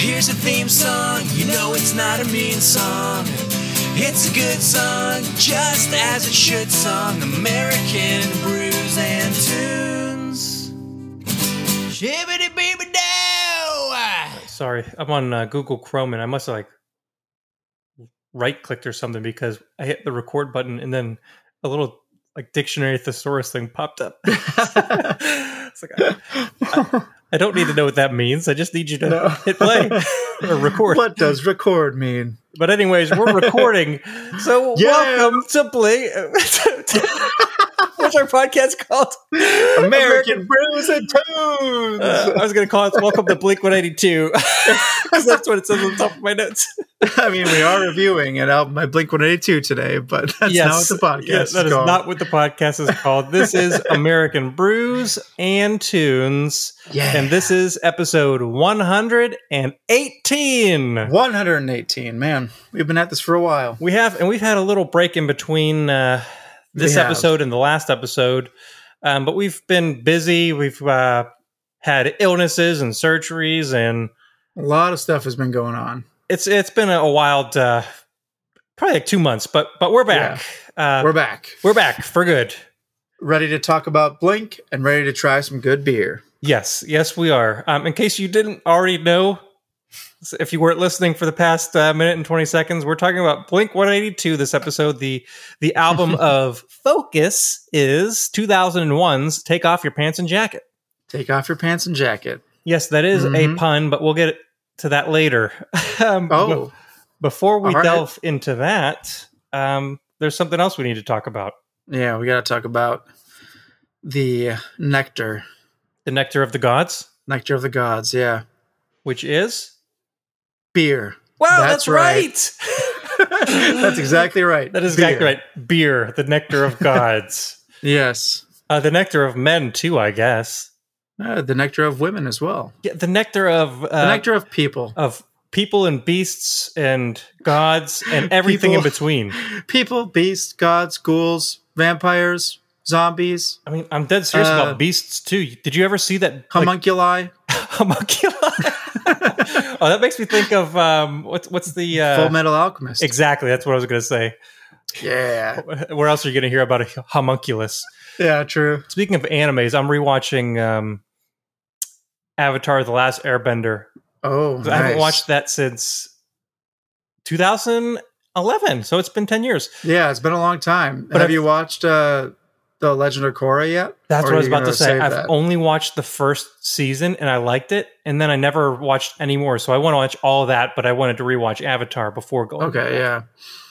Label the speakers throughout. Speaker 1: Here's a theme song, you know it's not a mean song. It's a good song, just as it should song. American brews and tunes. Shibbity beeby dow!
Speaker 2: Sorry, I'm on uh, Google Chrome and I must have like right clicked or something because I hit the record button and then a little like dictionary thesaurus thing popped up. it's like, I, I- I don't need to know what that means. I just need you to
Speaker 3: No.
Speaker 2: hit play or record.
Speaker 3: What does record mean?
Speaker 2: But anyways, we're recording. So
Speaker 3: Yeah.
Speaker 2: welcome to play. What's our podcast called?
Speaker 3: American brews and tunes.
Speaker 2: Uh, I was going to call it "Welcome to Blink 182" because that's what it says on the top of my notes.
Speaker 3: I mean, we are reviewing an album by Blink One Eighty Two today, but that's not what the podcast
Speaker 2: Yeah,
Speaker 3: is
Speaker 2: that is
Speaker 3: called.
Speaker 2: not what the podcast is called. This is American Brews and Tunes,
Speaker 3: yeah,
Speaker 2: and this is episode 118.
Speaker 3: one hundred and eighteen. Man, we've been at this for a while.
Speaker 2: We have, and we've had a little break in between uh, this
Speaker 3: We have.
Speaker 2: episode and the last episode, um, but we've been busy. We've uh, had illnesses and surgeries, and
Speaker 3: A lot of stuff has been going on.
Speaker 2: it's it's been a wild, uh, probably like two months, but but we're back. Uh,
Speaker 3: We're back,
Speaker 2: we're back for good.
Speaker 3: ready to talk about Blink and ready to try some good beer.
Speaker 2: Yes, yes, we are. Um, in case you didn't already know, if you weren't listening for the past uh, minute and twenty seconds, we're talking about Blink One Eighty Two. This episode, the the album of Focus is two thousand and one's "Take Off Your Pants and Jacket."
Speaker 3: Take off your pants and jacket.
Speaker 2: Yes, that is a
Speaker 3: Mhm.
Speaker 2: pun, but we'll get to that later. um,
Speaker 3: Oh,
Speaker 2: be- before we
Speaker 3: all right.
Speaker 2: delve into that, um, there's something else we need to talk about:
Speaker 3: yeah, we got to talk about the nectar,
Speaker 2: the nectar of the gods,
Speaker 3: nectar of the gods. Yeah,
Speaker 2: which is
Speaker 3: beer.
Speaker 2: wow,
Speaker 3: That's right. That's exactly right.
Speaker 2: That is
Speaker 3: Beer.
Speaker 2: exactly right. Beer, the nectar of gods.
Speaker 3: Yes.
Speaker 2: Uh, the nectar of men, too, I guess.
Speaker 3: Uh, the nectar of women as well.
Speaker 2: Yeah, the nectar of uh,
Speaker 3: The nectar of people.
Speaker 2: of people and beasts and gods and everything in
Speaker 3: People.
Speaker 2: between.
Speaker 3: People, beasts, gods, ghouls, vampires, zombies,
Speaker 2: I mean, I'm dead serious
Speaker 3: Uh,
Speaker 2: about beasts too. Did you ever see that like,
Speaker 3: homunculi,
Speaker 2: homunculi? oh, that makes me think of um, what's what's the uh,
Speaker 3: full metal alchemist.
Speaker 2: exactly? That's what I was going to say.
Speaker 3: yeah.
Speaker 2: Where else are you going to hear about a homunculus?
Speaker 3: Yeah, true.
Speaker 2: Speaking of animes, I'm rewatching um, Avatar: The Last Airbender
Speaker 3: Oh,
Speaker 2: I haven't
Speaker 3: nice.
Speaker 2: watched that since 2011, so it's been 10 years.
Speaker 3: Yeah, it's been a long time.
Speaker 2: But
Speaker 3: Have
Speaker 2: I've-
Speaker 3: you watched uh, The Legend of Korra yet?
Speaker 2: That's
Speaker 3: Or
Speaker 2: what I
Speaker 3: are
Speaker 2: was
Speaker 3: you
Speaker 2: about to
Speaker 3: gonna
Speaker 2: say.
Speaker 3: save
Speaker 2: I've
Speaker 3: that?
Speaker 2: only watched the first season and I liked it, and then I never watched any more. So I want to watch all that, but I wanted to rewatch Avatar before going.
Speaker 3: Okay, yeah.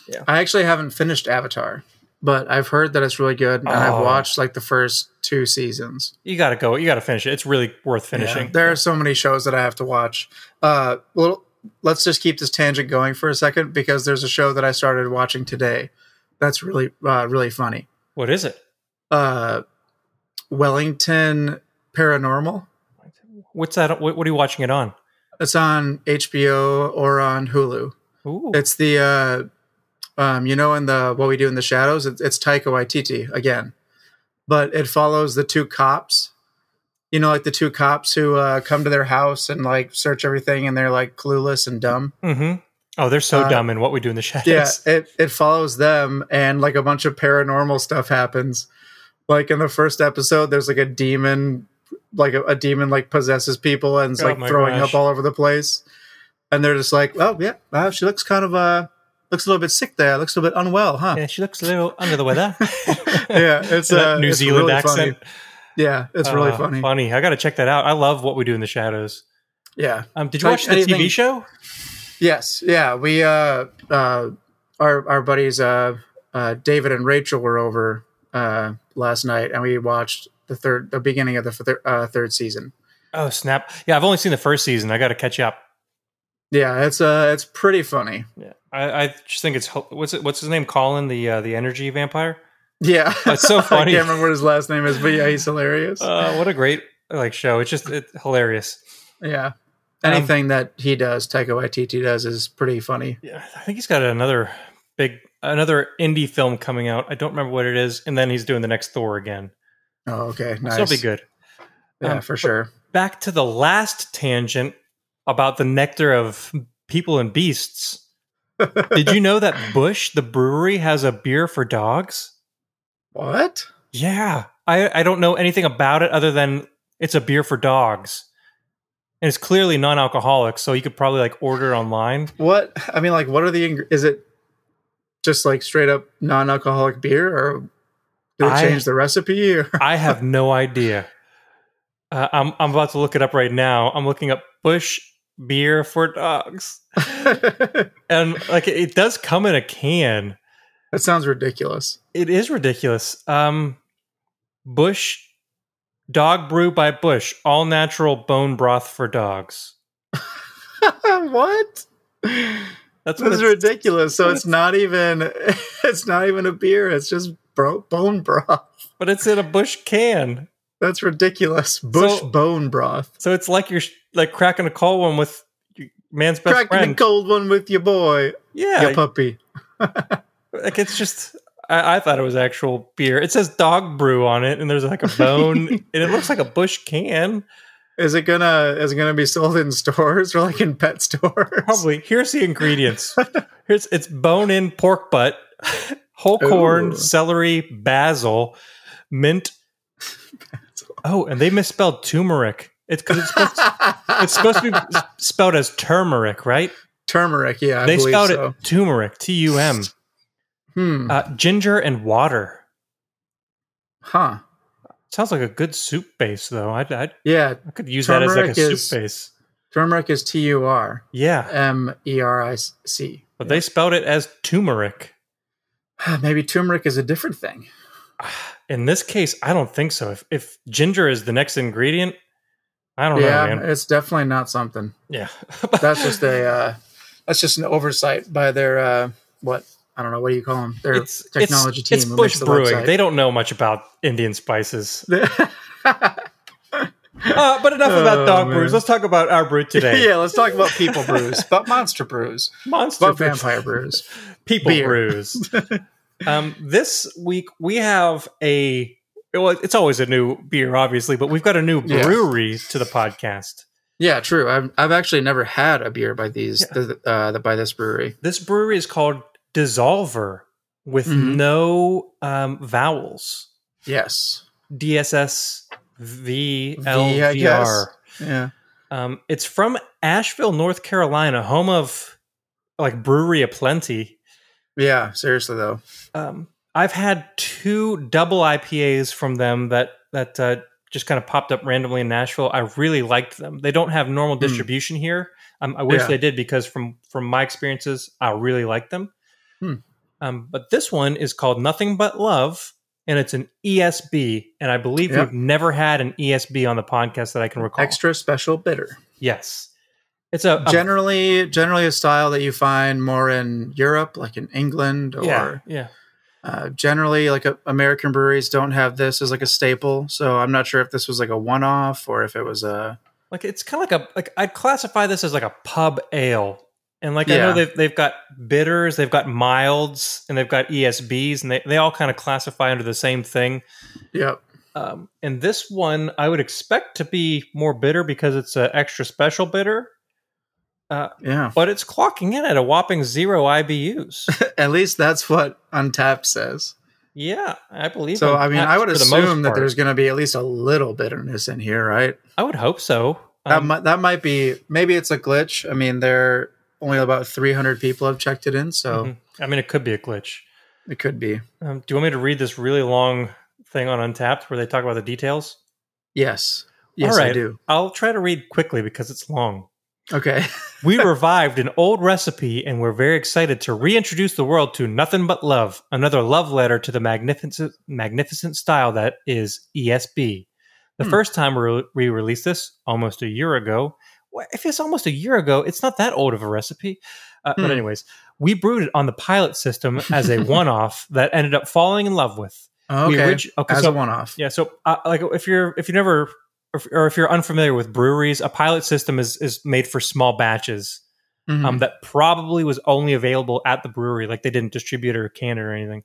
Speaker 2: Yeah.
Speaker 3: I actually haven't finished Avatar, but I've heard that it's really good, and
Speaker 2: Oh.
Speaker 3: I've watched like the first two seasons.
Speaker 2: You got to go. You got to finish it. It's really worth finishing.
Speaker 3: Yeah, there are so many shows that I have to watch. Uh, well, let's just keep this tangent going for a second because there's a show that I started watching today that's really uh, really funny.
Speaker 2: What is it?
Speaker 3: Uh, Wellington Paranormal.
Speaker 2: What's that? What, what are you watching it on?
Speaker 3: It's on HBO or on Hulu.
Speaker 2: Ooh.
Speaker 3: It's the uh, um, you know in the what we do in the shadows. It, it's Taika Waititi again, but it follows the two cops. You know, like the two cops who uh, come to their house and like search everything, and they're like clueless and dumb.
Speaker 2: hmm Oh, they're so
Speaker 3: uh,
Speaker 2: dumb in what we do in the shadows.
Speaker 3: yeah it, it follows them and like a bunch of paranormal stuff happens like in the first episode there's like a demon like a, a demon like possesses people and is
Speaker 2: Oh
Speaker 3: like
Speaker 2: my
Speaker 3: throwing
Speaker 2: gosh.
Speaker 3: up all over the place and they're just like oh yeah wow, she looks kind of uh looks a little bit sick there looks a little bit unwell huh
Speaker 2: Yeah, she looks a little under the weather.
Speaker 3: yeah it's
Speaker 2: That
Speaker 3: uh,
Speaker 2: New
Speaker 3: it's
Speaker 2: Zealand
Speaker 3: really funny.
Speaker 2: accent.
Speaker 3: yeah it's really
Speaker 2: Uh,
Speaker 3: funny
Speaker 2: Funny. I got to check that out. I love what we do in the shadows.
Speaker 3: yeah
Speaker 2: Um, did you
Speaker 3: Like
Speaker 2: watch the TV
Speaker 3: anything-
Speaker 2: show?
Speaker 3: Yes, yeah, we uh, uh, our our buddies uh, uh, David and Rachel were over uh, last night, and we watched the third, the beginning of the thir- uh, third season.
Speaker 2: Oh snap! Yeah, I've only seen the first season. I got to catch up.
Speaker 3: Yeah, it's uh, it's pretty funny.
Speaker 2: Yeah, I, I just think it's ho- what's it, what's his name? Colin, the uh, the energy vampire.
Speaker 3: Yeah,
Speaker 2: That's so funny.
Speaker 3: I can't remember what his last name is, but yeah, he's hilarious.
Speaker 2: Uh, what a great like show! It's just it's hilarious. um,
Speaker 3: yeah, anything that he does, Taika Waititi does, is pretty funny.
Speaker 2: Yeah, I think he's got another big another indie film coming out. I don't remember what it is, and then he's doing the next Thor again.
Speaker 3: Oh, okay, nice.
Speaker 2: So it'll be good.
Speaker 3: Yeah,
Speaker 2: Um,
Speaker 3: for sure.
Speaker 2: Back to the last tangent about the nectar of people and beasts. Did you know that Bush, the brewery, has a beer for dogs?
Speaker 3: What?
Speaker 2: Yeah. I, I don't know anything about it other than it's a beer for dogs. And it's clearly non alcoholic, so you could probably like order it online.
Speaker 3: What? I mean, like, what are the? ing- Is it just like straight up non-alcoholic beer, or did it
Speaker 2: I-
Speaker 3: change the recipe? Or
Speaker 2: I have no idea. Uh, I'm I'm about to look it up right now. I'm looking up Bush beer for dogs,
Speaker 3: that
Speaker 2: and like it, it does come in a can.
Speaker 3: sounds ridiculous.
Speaker 2: It is ridiculous. Um, Bush dog brew by Bush, all natural bone broth for dogs.
Speaker 3: what?
Speaker 2: That's what
Speaker 3: This is
Speaker 2: it's-
Speaker 3: ridiculous. So it's not even. It's not even a beer. It's just bro- bone broth.
Speaker 2: but it's in a Bush can,
Speaker 3: That's ridiculous. Bush
Speaker 2: So-
Speaker 3: bone broth.
Speaker 2: so it's like you're sh- like cracking a cold one with your man's best
Speaker 3: Cracking
Speaker 2: friend.
Speaker 3: a cold one with your boy,
Speaker 2: yeah,
Speaker 3: your puppy.
Speaker 2: Like it's just, I, I thought it was actual beer. It says dog brew on it, and there's like a bone, and it looks like a bush can.
Speaker 3: Is it gonna? Is it gonna be sold in stores or like in pet stores?
Speaker 2: Probably. Here's the ingredients. Here's it's bone in pork butt, whole corn,
Speaker 3: Ooh.
Speaker 2: celery, basil, mint. Oh, and they misspelled turmeric. It's because it's supposed, it's supposed to be spelled as turmeric, right?
Speaker 3: turmeric. Yeah, I
Speaker 2: they
Speaker 3: believe
Speaker 2: spelled
Speaker 3: so.
Speaker 2: it turmeric, T U M.
Speaker 3: Hmm.
Speaker 2: Uh, Ginger and water.
Speaker 3: Huh.
Speaker 2: Sounds like a good soup base, though. I, I,
Speaker 3: Yeah.
Speaker 2: I could use that as like a
Speaker 3: Turmeric is-
Speaker 2: soup base.
Speaker 3: Turmeric is T U R
Speaker 2: Yeah,
Speaker 3: M E R I C. Ah,
Speaker 2: but they spelled it as turmeric.
Speaker 3: Maybe turmeric is a different thing.
Speaker 2: In this case, I don't think so. If, if ginger is the next ingredient, I don't
Speaker 3: yeah,
Speaker 2: know, Oh, man.
Speaker 3: it's definitely not something.
Speaker 2: Yeah,
Speaker 3: That's just a. Uh, that's just an oversight by their uh, what I don't know. What do you call them? Their
Speaker 2: it's
Speaker 3: technology
Speaker 2: it's,
Speaker 3: team.
Speaker 2: It's
Speaker 3: who
Speaker 2: Bush
Speaker 3: makes the
Speaker 2: Brewing.
Speaker 3: website.
Speaker 2: They don't know much about Indian spices.
Speaker 3: yeah,
Speaker 2: Uh, but enough
Speaker 3: Oh,
Speaker 2: about dog
Speaker 3: man.
Speaker 2: brews. Let's talk about our brew today.
Speaker 3: let's talk about people brews, but monster brews,
Speaker 2: Monster
Speaker 3: but
Speaker 2: brews.
Speaker 3: vampire brews.
Speaker 2: people
Speaker 3: Beer.
Speaker 2: brews. um, this week we have a well, it's always a new beer, obviously, but we've got a new
Speaker 3: Yeah.
Speaker 2: brewery to the podcast.
Speaker 3: Yeah, true. I've I've actually never had a beer by these th- uh, by this brewery.
Speaker 2: This brewery is called Dissolver with
Speaker 3: Mhm.
Speaker 2: no um, vowels.
Speaker 3: Yes.
Speaker 2: D S S V
Speaker 3: V,
Speaker 2: L
Speaker 3: I
Speaker 2: V
Speaker 3: guess.
Speaker 2: R.
Speaker 3: Yeah.
Speaker 2: Um, it's from Asheville, North Carolina, home of like brewery aplenty.
Speaker 3: Yeah. Seriously though.
Speaker 2: Um, I've had two double IPAs from them that that uh, just kind of popped up randomly in Nashville. I really liked them. They don't have normal
Speaker 3: Hmm.
Speaker 2: distribution here. Um, I wish
Speaker 3: Yeah.
Speaker 2: they did because from from my experiences, I really liked them.
Speaker 3: Hmm.
Speaker 2: Um, but this one is called Nothing But Love, and it's an ESB. And I believe
Speaker 3: Yep.
Speaker 2: we've never had an ESB on the podcast that I can recall.
Speaker 3: Extra special bitter.
Speaker 2: Yes, it's a, a
Speaker 3: generally generally a style that you find more in Europe, like in England, or
Speaker 2: yeah, yeah.
Speaker 3: uh, generally like a, American breweries don't have this as like a staple. So I'm not sure if this was like a one off or if it was a
Speaker 2: like it's kind of like a like I'd classify this as like a pub ale. And like I
Speaker 3: Yeah.
Speaker 2: know they've they've got bitters, they've got milds, and they've got ESBs, and they, they all kind of classify under the same thing.
Speaker 3: yep.
Speaker 2: Um, and this one I would expect to be more bitter because it's an extra special bitter,
Speaker 3: Yeah.
Speaker 2: but it's clocking in at a whopping zero IBUs.
Speaker 3: At least that's what Untapped says.
Speaker 2: yeah, I believe.
Speaker 3: So
Speaker 2: on
Speaker 3: I mean,
Speaker 2: tap
Speaker 3: I would
Speaker 2: for the most
Speaker 3: assume that
Speaker 2: part.
Speaker 3: there's going to be at least a little bitterness in here, right?
Speaker 2: I would hope so.
Speaker 3: that
Speaker 2: Um,
Speaker 3: might that might be maybe it's a glitch. I mean, there only about 300 people have checked it in, so
Speaker 2: mhm. I mean, it could be a glitch.
Speaker 3: it could be.
Speaker 2: Um, do you want me to read this really long thing on Untapped where they talk about the details?
Speaker 3: Yes. Yes,
Speaker 2: All
Speaker 3: I
Speaker 2: right.
Speaker 3: do.
Speaker 2: I'll try to read quickly because it's long.
Speaker 3: Okay.
Speaker 2: We revived an old recipe and we're very excited to reintroduce the world to Nothing But Love, another love letter to the magnificent, magnificent style that is ESB. The
Speaker 3: Hmm.
Speaker 2: first time we re- we released this, almost a year ago, well, if it's almost a year ago, it's not that old of a recipe. Uh, But,
Speaker 3: Hmm.
Speaker 2: anyways, we brewed it on the pilot system as a one off that ended up falling in love with. We
Speaker 3: Okay.
Speaker 2: orig- okay,
Speaker 3: As
Speaker 2: so
Speaker 3: a one off.
Speaker 2: yeah. So, uh, like, if you're if you never if- or if you're unfamiliar with breweries, a pilot system is is made for small batches.
Speaker 3: Mm-hmm.
Speaker 2: Um,
Speaker 3: Hmm.
Speaker 2: that probably was only available at the brewery. Like they didn't distribute or can it or anything.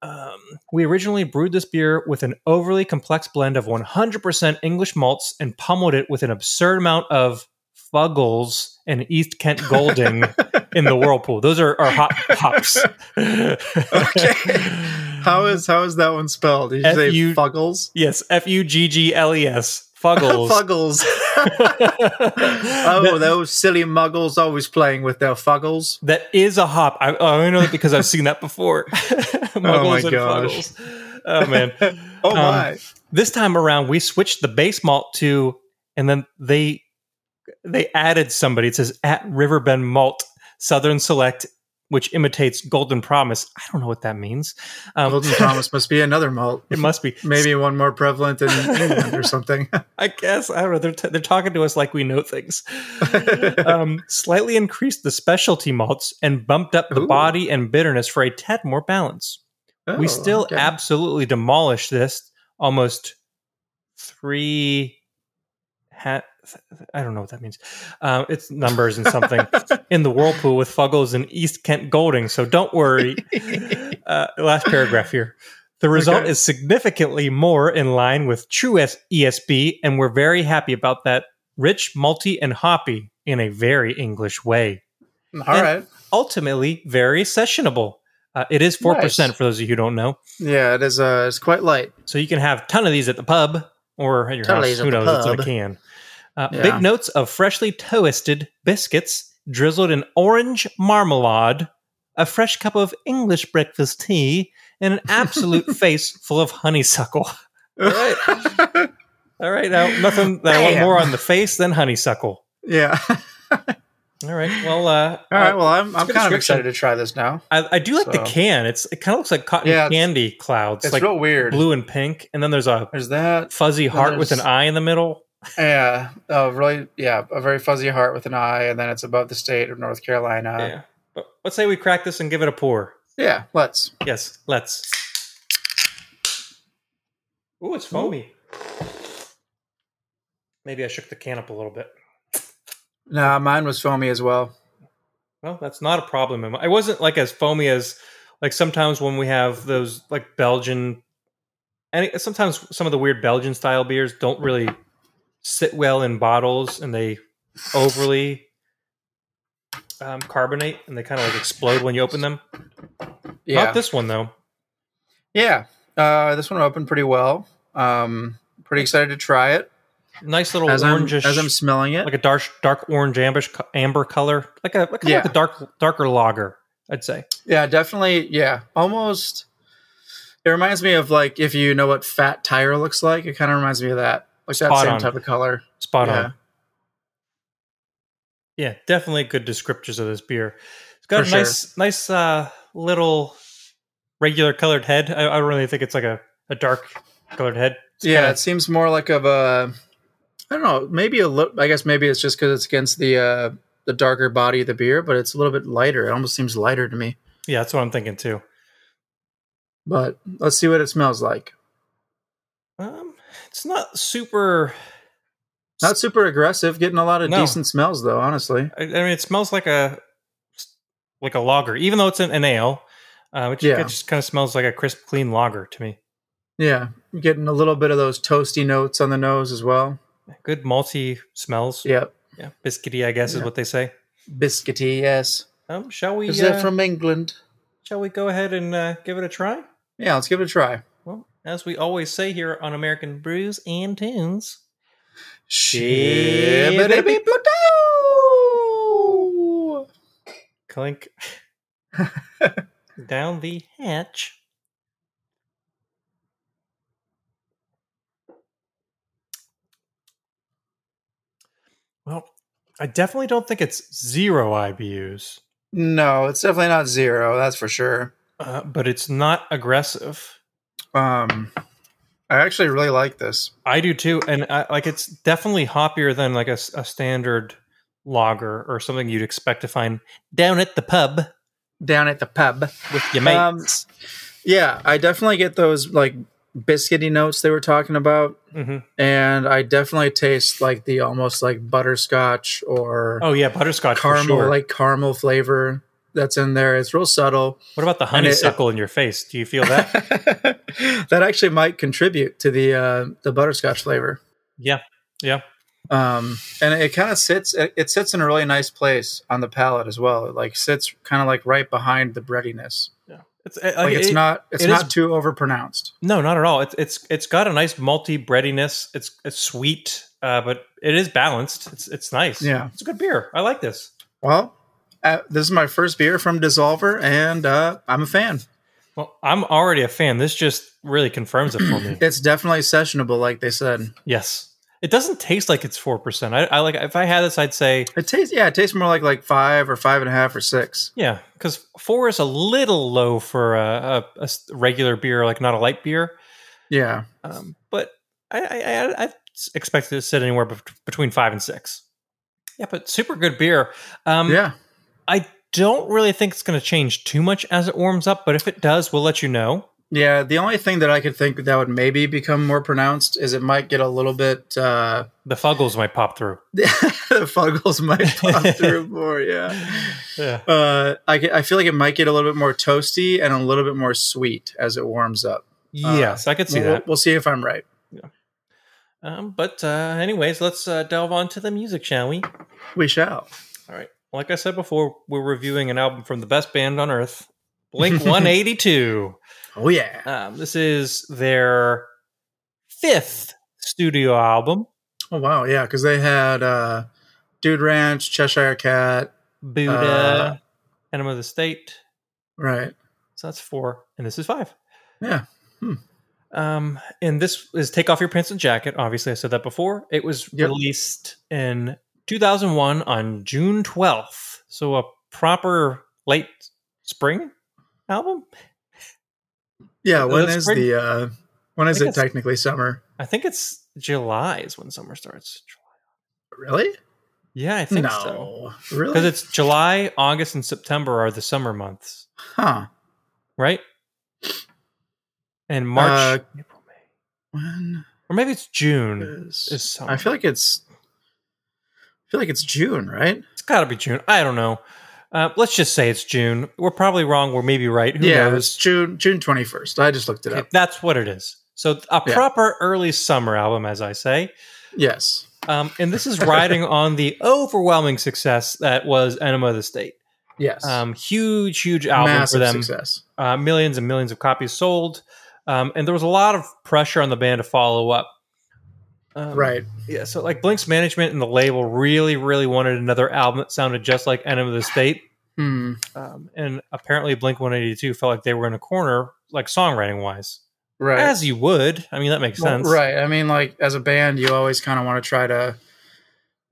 Speaker 2: Um, we originally brewed this beer with an overly complex blend of 100% English malts and pummeled it with an absurd amount of Fuggles and East Kent Golding in the whirlpool. Those are our hot pops.
Speaker 3: How is how is that one spelled? Did you say
Speaker 2: F-U-
Speaker 3: fuggles?
Speaker 2: Yes, F U G G L E S. Fuggles.
Speaker 3: Fuggles.
Speaker 2: oh,
Speaker 3: oh, those silly muggles always playing with their fuggles.
Speaker 2: That is a hop. I, oh, I only know that because I've seen that before. Muggles
Speaker 3: Oh my
Speaker 2: and
Speaker 3: gosh.
Speaker 2: Fuggles. Oh man!
Speaker 3: Oh
Speaker 2: Um,
Speaker 3: my.
Speaker 2: this time around, we switched the base malt to, and then they they added somebody. It says at Riverbend Malt Southern Select, which imitates Golden Promise. I don't know what that means. Um,
Speaker 3: Golden Promise must be another malt.
Speaker 2: it must be
Speaker 3: Maybe one more prevalent in England or something.
Speaker 2: I guess I don't know. They're t- they're talking to us like we know things. um, slightly increased the specialty malts and bumped up the
Speaker 3: Ooh.
Speaker 2: body and bitterness for a tad more balance.
Speaker 3: Oh,
Speaker 2: we still
Speaker 3: okay.
Speaker 2: absolutely demolished this almost three. Ha- I don't know what that means. Um, it's numbers and something in the whirlpool with Fuggles and East Kent Golding. So don't worry. uh, last paragraph here. The result
Speaker 3: Okay.
Speaker 2: is significantly more in line with true S- ESB, and we're very happy about that. Rich, malty, and hoppy in a very English way.
Speaker 3: All right.
Speaker 2: Ultimately, very sessionable. Uh, it is 4%
Speaker 3: Nice.
Speaker 2: for those of you who don't know.
Speaker 3: Yeah, it is. Uh, it's quite light.
Speaker 2: So you can have ton of these at the pub or at your
Speaker 3: Ton of
Speaker 2: house.
Speaker 3: these at
Speaker 2: Who
Speaker 3: the
Speaker 2: knows? It's in a
Speaker 3: pub.
Speaker 2: can. Uh,
Speaker 3: Yeah.
Speaker 2: Big notes of freshly toasted biscuits drizzled in orange marmalade, a fresh cup of English breakfast tea, and an absolute face full of honeysuckle. All right. All right. Now, nothing that I want
Speaker 3: Bam.
Speaker 2: more on the face than honeysuckle.
Speaker 3: Yeah.
Speaker 2: All right. Well, uh,
Speaker 3: All right. Well, I'm, I'm
Speaker 2: good
Speaker 3: kind of
Speaker 2: description.
Speaker 3: excited to try this now.
Speaker 2: I, I do like the
Speaker 3: So-
Speaker 2: can. It's It kind of looks like cotton
Speaker 3: Yeah, it's-
Speaker 2: candy clouds,
Speaker 3: It's,
Speaker 2: like
Speaker 3: real weird.
Speaker 2: blue and pink. And then there's a
Speaker 3: There's that.
Speaker 2: fuzzy
Speaker 3: Then
Speaker 2: heart with an
Speaker 3: there's-
Speaker 2: eye in the middle.
Speaker 3: Yeah. Uh, really. Yeah. A very fuzzy heart with an eye, and then it's above the state of North Carolina.
Speaker 2: yeah. But let's say we crack this and give it a pour.
Speaker 3: Yeah. let's.
Speaker 2: Yes, let's. Ooh, it's foamy. Maybe I shook the can up a little bit.
Speaker 3: Nah, mine was foamy as well.
Speaker 2: Well, that's not a problem. Am I I wasn't like as foamy as like sometimes when we have those like Belgian and it- sometimes some of the weird Belgian style beers don't really sit well in bottles and they overly um, carbonate and they kind of like explode when you open them.
Speaker 3: Yeah.
Speaker 2: Not this one though.
Speaker 3: yeah. Uh, this one opened pretty well. Um, pretty excited to try it.
Speaker 2: nice little
Speaker 3: As I'm,
Speaker 2: orangish,
Speaker 3: as I'm smelling it,
Speaker 2: like a dark dark orange ambish co- amber color, like a like, kinda like
Speaker 3: Yeah.
Speaker 2: a dark darker lager, I'd say.
Speaker 3: Yeah, definitely. Yeah, almost. It reminds me of like if you know what fat tire looks like. It kind of reminds me of that, like that
Speaker 2: Spot
Speaker 3: same
Speaker 2: on.
Speaker 3: type of color.
Speaker 2: Spot
Speaker 3: yeah,
Speaker 2: on. Yeah, definitely good descriptors of this beer. It's got
Speaker 3: For
Speaker 2: a nice nice uh, little regular colored head. I, I don't really think it's like a, a dark colored head.
Speaker 3: yeah.
Speaker 2: kinda-
Speaker 3: It seems more like of a. I don't know. Maybe a little. I guess maybe it's just because it's against the uh, the darker body of the beer, but it's a little bit lighter. It almost seems lighter to me.
Speaker 2: Yeah, that's what I'm thinking too.
Speaker 3: But let's see what it smells like.
Speaker 2: Um, it's not super.
Speaker 3: Not super aggressive. Getting a lot of
Speaker 2: No.
Speaker 3: decent smells though. Honestly.
Speaker 2: I, I mean, it smells like a like a lager, even though it's an, an ale. Uh, which
Speaker 3: Yeah.
Speaker 2: it just kind of smells like a crisp, clean lager to me.
Speaker 3: Yeah, getting a little bit of those toasty notes on the nose as well.
Speaker 2: Good malty smells.
Speaker 3: Yep,
Speaker 2: Yeah, biscuity, I guess, is
Speaker 3: Yeah.
Speaker 2: what they say.
Speaker 3: biscuity. Yes.
Speaker 2: Um, shall we?
Speaker 3: Is
Speaker 2: uh,
Speaker 3: that from England?
Speaker 2: shall we go ahead and uh, give it a try?
Speaker 3: Yeah, let's give it a try.
Speaker 2: Well, as we always say here on American Brews and Tunes,
Speaker 3: Shibbity-boo-doo!
Speaker 2: clink down the hatch. Well, I definitely don't think it's zero IBUs,
Speaker 3: No, it's definitely not zero. That's for sure.
Speaker 2: uh, but it's not aggressive.
Speaker 3: Um, I actually really like this.
Speaker 2: I do too, and I, like it's definitely hoppier than like a, s- a standard lager or something you'd expect to find down at the pub
Speaker 3: Down at the pub.
Speaker 2: with your mates.
Speaker 3: Um, yeah, I definitely get those like biscuity notes they were talking about,
Speaker 2: Mhm.
Speaker 3: and I definitely taste like the almost like butterscotch or
Speaker 2: Oh yeah, butterscotch
Speaker 3: caramel,
Speaker 2: for sure.
Speaker 3: like caramel flavor that's in there. It's real subtle.
Speaker 2: what about the
Speaker 3: and it-
Speaker 2: honeysuckle in your face? Do you feel that?
Speaker 3: that actually might contribute to the uh, the butterscotch flavor.
Speaker 2: yeah, yeah.
Speaker 3: um, and it kind of sits it, it sits in a really nice place on the palate as well it like sits kind of like right behind the breadiness
Speaker 2: Yeah. It's
Speaker 3: like it's
Speaker 2: it-
Speaker 3: not it's
Speaker 2: it
Speaker 3: not
Speaker 2: is-
Speaker 3: too overpronounced
Speaker 2: No, not at all. It's it's it's got a nice malty breadiness. It's it's sweet, uh, but it is balanced. It's it's nice.
Speaker 3: Yeah.
Speaker 2: it's a good beer. I like this.
Speaker 3: well uh, this is my first beer from dissolver and uh, i'm a fan
Speaker 2: Well, I'm already a fan. This just really confirms it for me.
Speaker 3: it's definitely sessionable like they said
Speaker 2: yes, it doesn't taste like it's four percent. I, I like if I had this, I'd say
Speaker 3: it tastes yeah it tastes more like like five or five and a half or six
Speaker 2: yeah, because four is a little low for a, a- a s- regular beer, like not a light beer.
Speaker 3: yeah
Speaker 2: Um, but I I, I, I expected it to sit anywhere bet- between five and six. Yeah, but super good beer. Um,
Speaker 3: yeah
Speaker 2: I don't really think it's going to change too much as it warms up, but if it does, we'll let you know.
Speaker 3: Yeah, the only thing that I could think that would maybe become more pronounced is it might get a little bit uh
Speaker 2: The fuggles might pop through.
Speaker 3: the fuggles might pop through more, yeah.
Speaker 2: Yeah.
Speaker 3: Uh I get- I feel like it might get a little bit more toasty and a little bit more sweet as it warms up.
Speaker 2: Yes, I could see
Speaker 3: we'll,
Speaker 2: that.
Speaker 3: we'll see if I'm right.
Speaker 2: Um, but uh, anyways, let's uh, delve on to the music, shall we?
Speaker 3: We shall.
Speaker 2: All right. Like I said before, we're reviewing an album from the best band on earth, Blink 182.
Speaker 3: Oh yeah.
Speaker 2: um, this is their fifth studio album,
Speaker 3: Oh wow, yeah, cuz they had uh Dude Ranch, Cheshire Cat, Uh,
Speaker 2: Buddha, Enema of the State.
Speaker 3: right.
Speaker 2: So that's four, and this is five.
Speaker 3: Yeah.
Speaker 2: Um, and this is Take Off Your Pants and Jacket. Obviously, I said that before. It was
Speaker 3: Yep.
Speaker 2: released in 2001 on June 12th. So a proper late spring album.
Speaker 3: Yeah, when
Speaker 2: That's
Speaker 3: is
Speaker 2: pretty-
Speaker 3: the uh when is
Speaker 2: think
Speaker 3: it
Speaker 2: that's-
Speaker 3: technically summer?
Speaker 2: I think it's July is when summer starts.
Speaker 3: Really?
Speaker 2: Yeah, I think so.
Speaker 3: No.
Speaker 2: Because
Speaker 3: Really?
Speaker 2: it's July, August, and September are the summer months,
Speaker 3: Huh.
Speaker 2: right? And March,
Speaker 3: Uh,
Speaker 2: April, May.
Speaker 3: When
Speaker 2: or maybe it's June.
Speaker 3: is
Speaker 2: Is summer.
Speaker 3: I feel like it's I feel like it's June, right?
Speaker 2: It's got to be June. I don't know. Uh, let's just say it's June. We're probably wrong. We're maybe right. Who
Speaker 3: yeah, it's
Speaker 2: knows?
Speaker 3: June June twenty first. I just looked it
Speaker 2: Okay,
Speaker 3: up.
Speaker 2: that's what it is. So a
Speaker 3: Yeah.
Speaker 2: proper early summer album, as I say,
Speaker 3: Yes.
Speaker 2: um, and this is riding on the overwhelming success that was Enema of the State.
Speaker 3: Yes.
Speaker 2: Um, huge, huge album for
Speaker 3: Massive
Speaker 2: them.
Speaker 3: success.
Speaker 2: Uh, millions and millions of copies sold, um, and there was a lot of pressure on the band to follow up. Um,
Speaker 3: Right.
Speaker 2: Yeah, so like Blink's management and the label really, really wanted another album that sounded just like Enema of the State.
Speaker 3: Hmm.
Speaker 2: Um, and apparently, Blink 182 felt like they were in a corner, like songwriting wise.
Speaker 3: Right.
Speaker 2: As you would. I mean, that makes
Speaker 3: Well,
Speaker 2: sense.
Speaker 3: Right. I mean, like as a band, you always kind of want to try to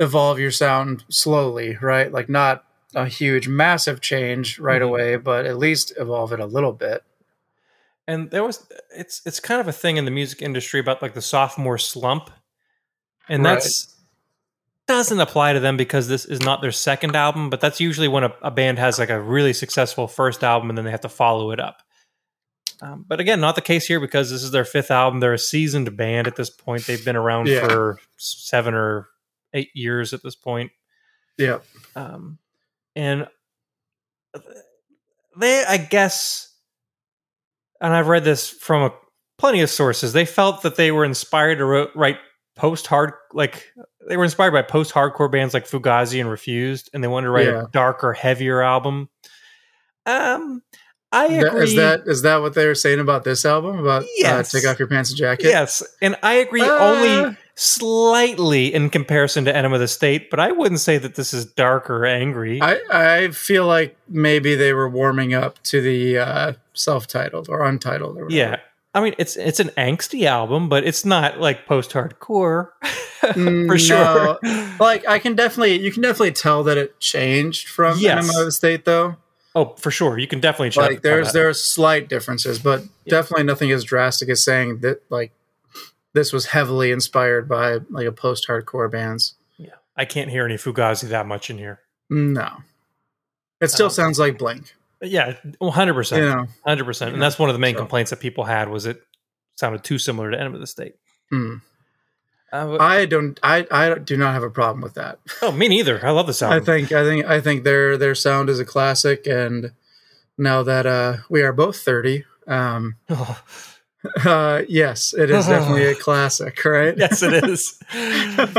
Speaker 3: evolve your sound slowly, right? Like not a huge, massive change right
Speaker 2: Mhm.
Speaker 3: away, but at least evolve it a little bit.
Speaker 2: And there was, it's it's kind of a thing in the music industry about like the sophomore slump. And
Speaker 3: Right.
Speaker 2: that's doesn't apply to them because this is not their second album, but that's usually when a, a band has like a really successful first album and then they have to follow it up. Um, but again, not the case here because this is their fifth album. They're a seasoned band at this point. They've been around
Speaker 3: Yeah.
Speaker 2: for seven or eight years at this point.
Speaker 3: Yeah.
Speaker 2: um, and uh, they i guess and i've read this from a, plenty of sources they felt that they were inspired to ro- write post-hard like they were inspired by post-hardcore bands like fugazi and refused and they wanted to write
Speaker 3: Yeah.
Speaker 2: a darker heavier album um i
Speaker 3: Th-
Speaker 2: agree
Speaker 3: Is that is that what they were saying about this album? About
Speaker 2: Yes.
Speaker 3: uh, take off your pants and jacket.
Speaker 2: yes and i agree
Speaker 3: Uh,
Speaker 2: only slightly in comparison to enema of the state but i wouldn't say that this is dark or angry
Speaker 3: I, I feel like maybe they were warming up to the uh, self-titled or untitled or
Speaker 2: Yeah.
Speaker 3: whatever.
Speaker 2: I mean, it's it's an angsty album, but it's not like post hardcore
Speaker 3: Mm,
Speaker 2: for sure.
Speaker 3: no. Like I can definitely you can definitely tell that it changed from
Speaker 2: Yes.
Speaker 3: Enema of the State though.
Speaker 2: Oh, for sure, you can definitely check.
Speaker 3: like there's there are slight differences, but definitely nothing as drastic as saying that like this was heavily inspired by like a post-hardcore bands.
Speaker 2: Yeah. I can't hear any Fugazi that much in here.
Speaker 3: No. It still
Speaker 2: Um,
Speaker 3: sounds like Blink.
Speaker 2: But yeah, one hundred
Speaker 3: You
Speaker 2: percent,
Speaker 3: know.
Speaker 2: hundred percent, and that's one of the main
Speaker 3: So-
Speaker 2: complaints that people had was it sounded too similar to Enemy of the State.
Speaker 3: Mm.
Speaker 2: Uh, but-
Speaker 3: I don't I I do not have a problem with that.
Speaker 2: oh, me neither. I love this
Speaker 3: I
Speaker 2: album.
Speaker 3: think I think I think their their sound is a
Speaker 2: Oh,
Speaker 3: classic, and now that uh, we are both thirty, um, Uh, yes, it is definitely a classic, right?
Speaker 2: yes, it is.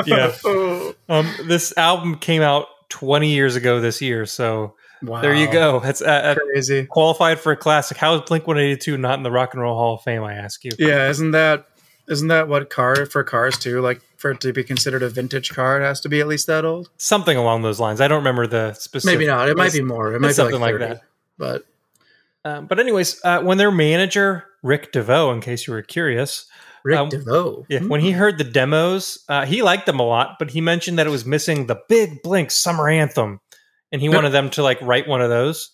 Speaker 2: yeah.
Speaker 3: Oh,
Speaker 2: Um, this album came out 20 years ago this year, so
Speaker 3: wow.
Speaker 2: there you go. That's uh, uh,
Speaker 3: Crazy.
Speaker 2: qualified for a classic. How is Blink 182 not in the Rock and Roll Hall of Fame? I ask you.
Speaker 3: Yeah, isn't that isn't that what car for cars too? Like for it to be considered a vintage car, it has to be at least that old.
Speaker 2: Something along those lines. I don't remember the specific.
Speaker 3: Maybe not. It might be more. It might be
Speaker 2: something
Speaker 3: like,
Speaker 2: like
Speaker 3: 30,
Speaker 2: that.
Speaker 3: But
Speaker 2: Um, but anyways, uh, when their manager Rick DeVoe, in case you were curious,
Speaker 3: Rick
Speaker 2: Um,
Speaker 3: DeVoe.
Speaker 2: yeah, when
Speaker 3: Hmm.
Speaker 2: he heard the demos, uh, he liked them a lot, but he mentioned that it was missing the big Blink summer anthem, and he
Speaker 3: Yep.
Speaker 2: wanted them to like write one of those.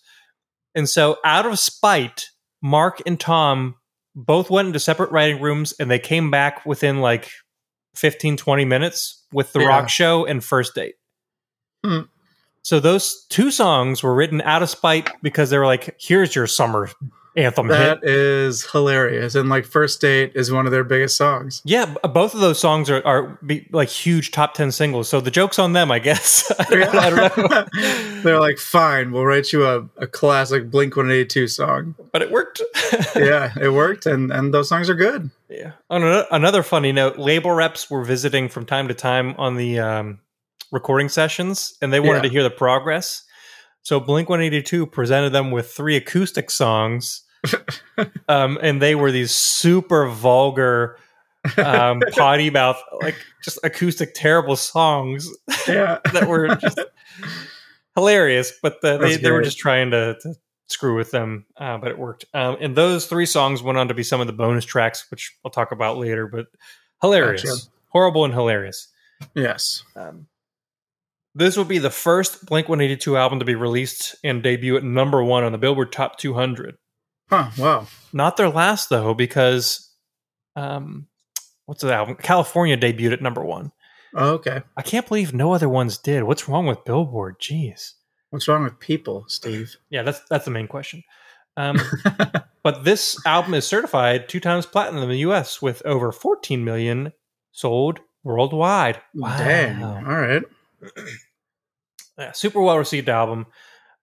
Speaker 2: And so, out of spite, Mark and Tom both went into separate writing rooms, and they came back within like 15, 20 minutes with the
Speaker 3: Yeah.
Speaker 2: rock show and first date.
Speaker 3: Hmm.
Speaker 2: So those two songs were written out of spite because they were like, "Here's your summer anthem hit."
Speaker 3: That is hilarious. And like First Date is one of their biggest songs.
Speaker 2: Yeah, b- both of those songs are, are be, like huge top 10 singles. So the joke's on them, I guess. I don't, I don't know.
Speaker 3: They're like, fine, we'll write you a, a classic Blink 182 song.
Speaker 2: But it worked.
Speaker 3: Yeah, it worked. And, and those songs are good.
Speaker 2: yeah. On ano- another funny note, label reps were visiting from time to time on the um, recording sessions and they wanted
Speaker 3: Yeah.
Speaker 2: to hear the progress. So Blink 182 presented them with three acoustic songs. um, and they were these super vulgar, um, potty mouth, like just acoustic, terrible songs.
Speaker 3: Yeah.
Speaker 2: that were just hilarious, but the, they,
Speaker 3: That's
Speaker 2: they were
Speaker 3: great.
Speaker 2: just trying to, to screw with them, uh, but it worked. Um, and those three songs went on to be some of the bonus tracks, which I'll talk about later, but hilarious.
Speaker 3: Gotcha.
Speaker 2: Horrible and hilarious.
Speaker 3: yes.
Speaker 2: Um, this will be the first Blink 182 album to be released and debut at number one on the Billboard Top 200.
Speaker 3: Huh. Wow.
Speaker 2: Not their last, though, because um, what's the album? California debuted at number one.
Speaker 3: Oh, okay.
Speaker 2: I can't believe no other ones did. What's wrong with Billboard? Jeez.
Speaker 3: What's wrong with people, Steve?
Speaker 2: Yeah, that's that's the main question. Um, but this album is certified two times platinum in the U.S. with over 14 million sold worldwide. Wow,
Speaker 3: Dang. All right.
Speaker 2: Yeah, super well received album.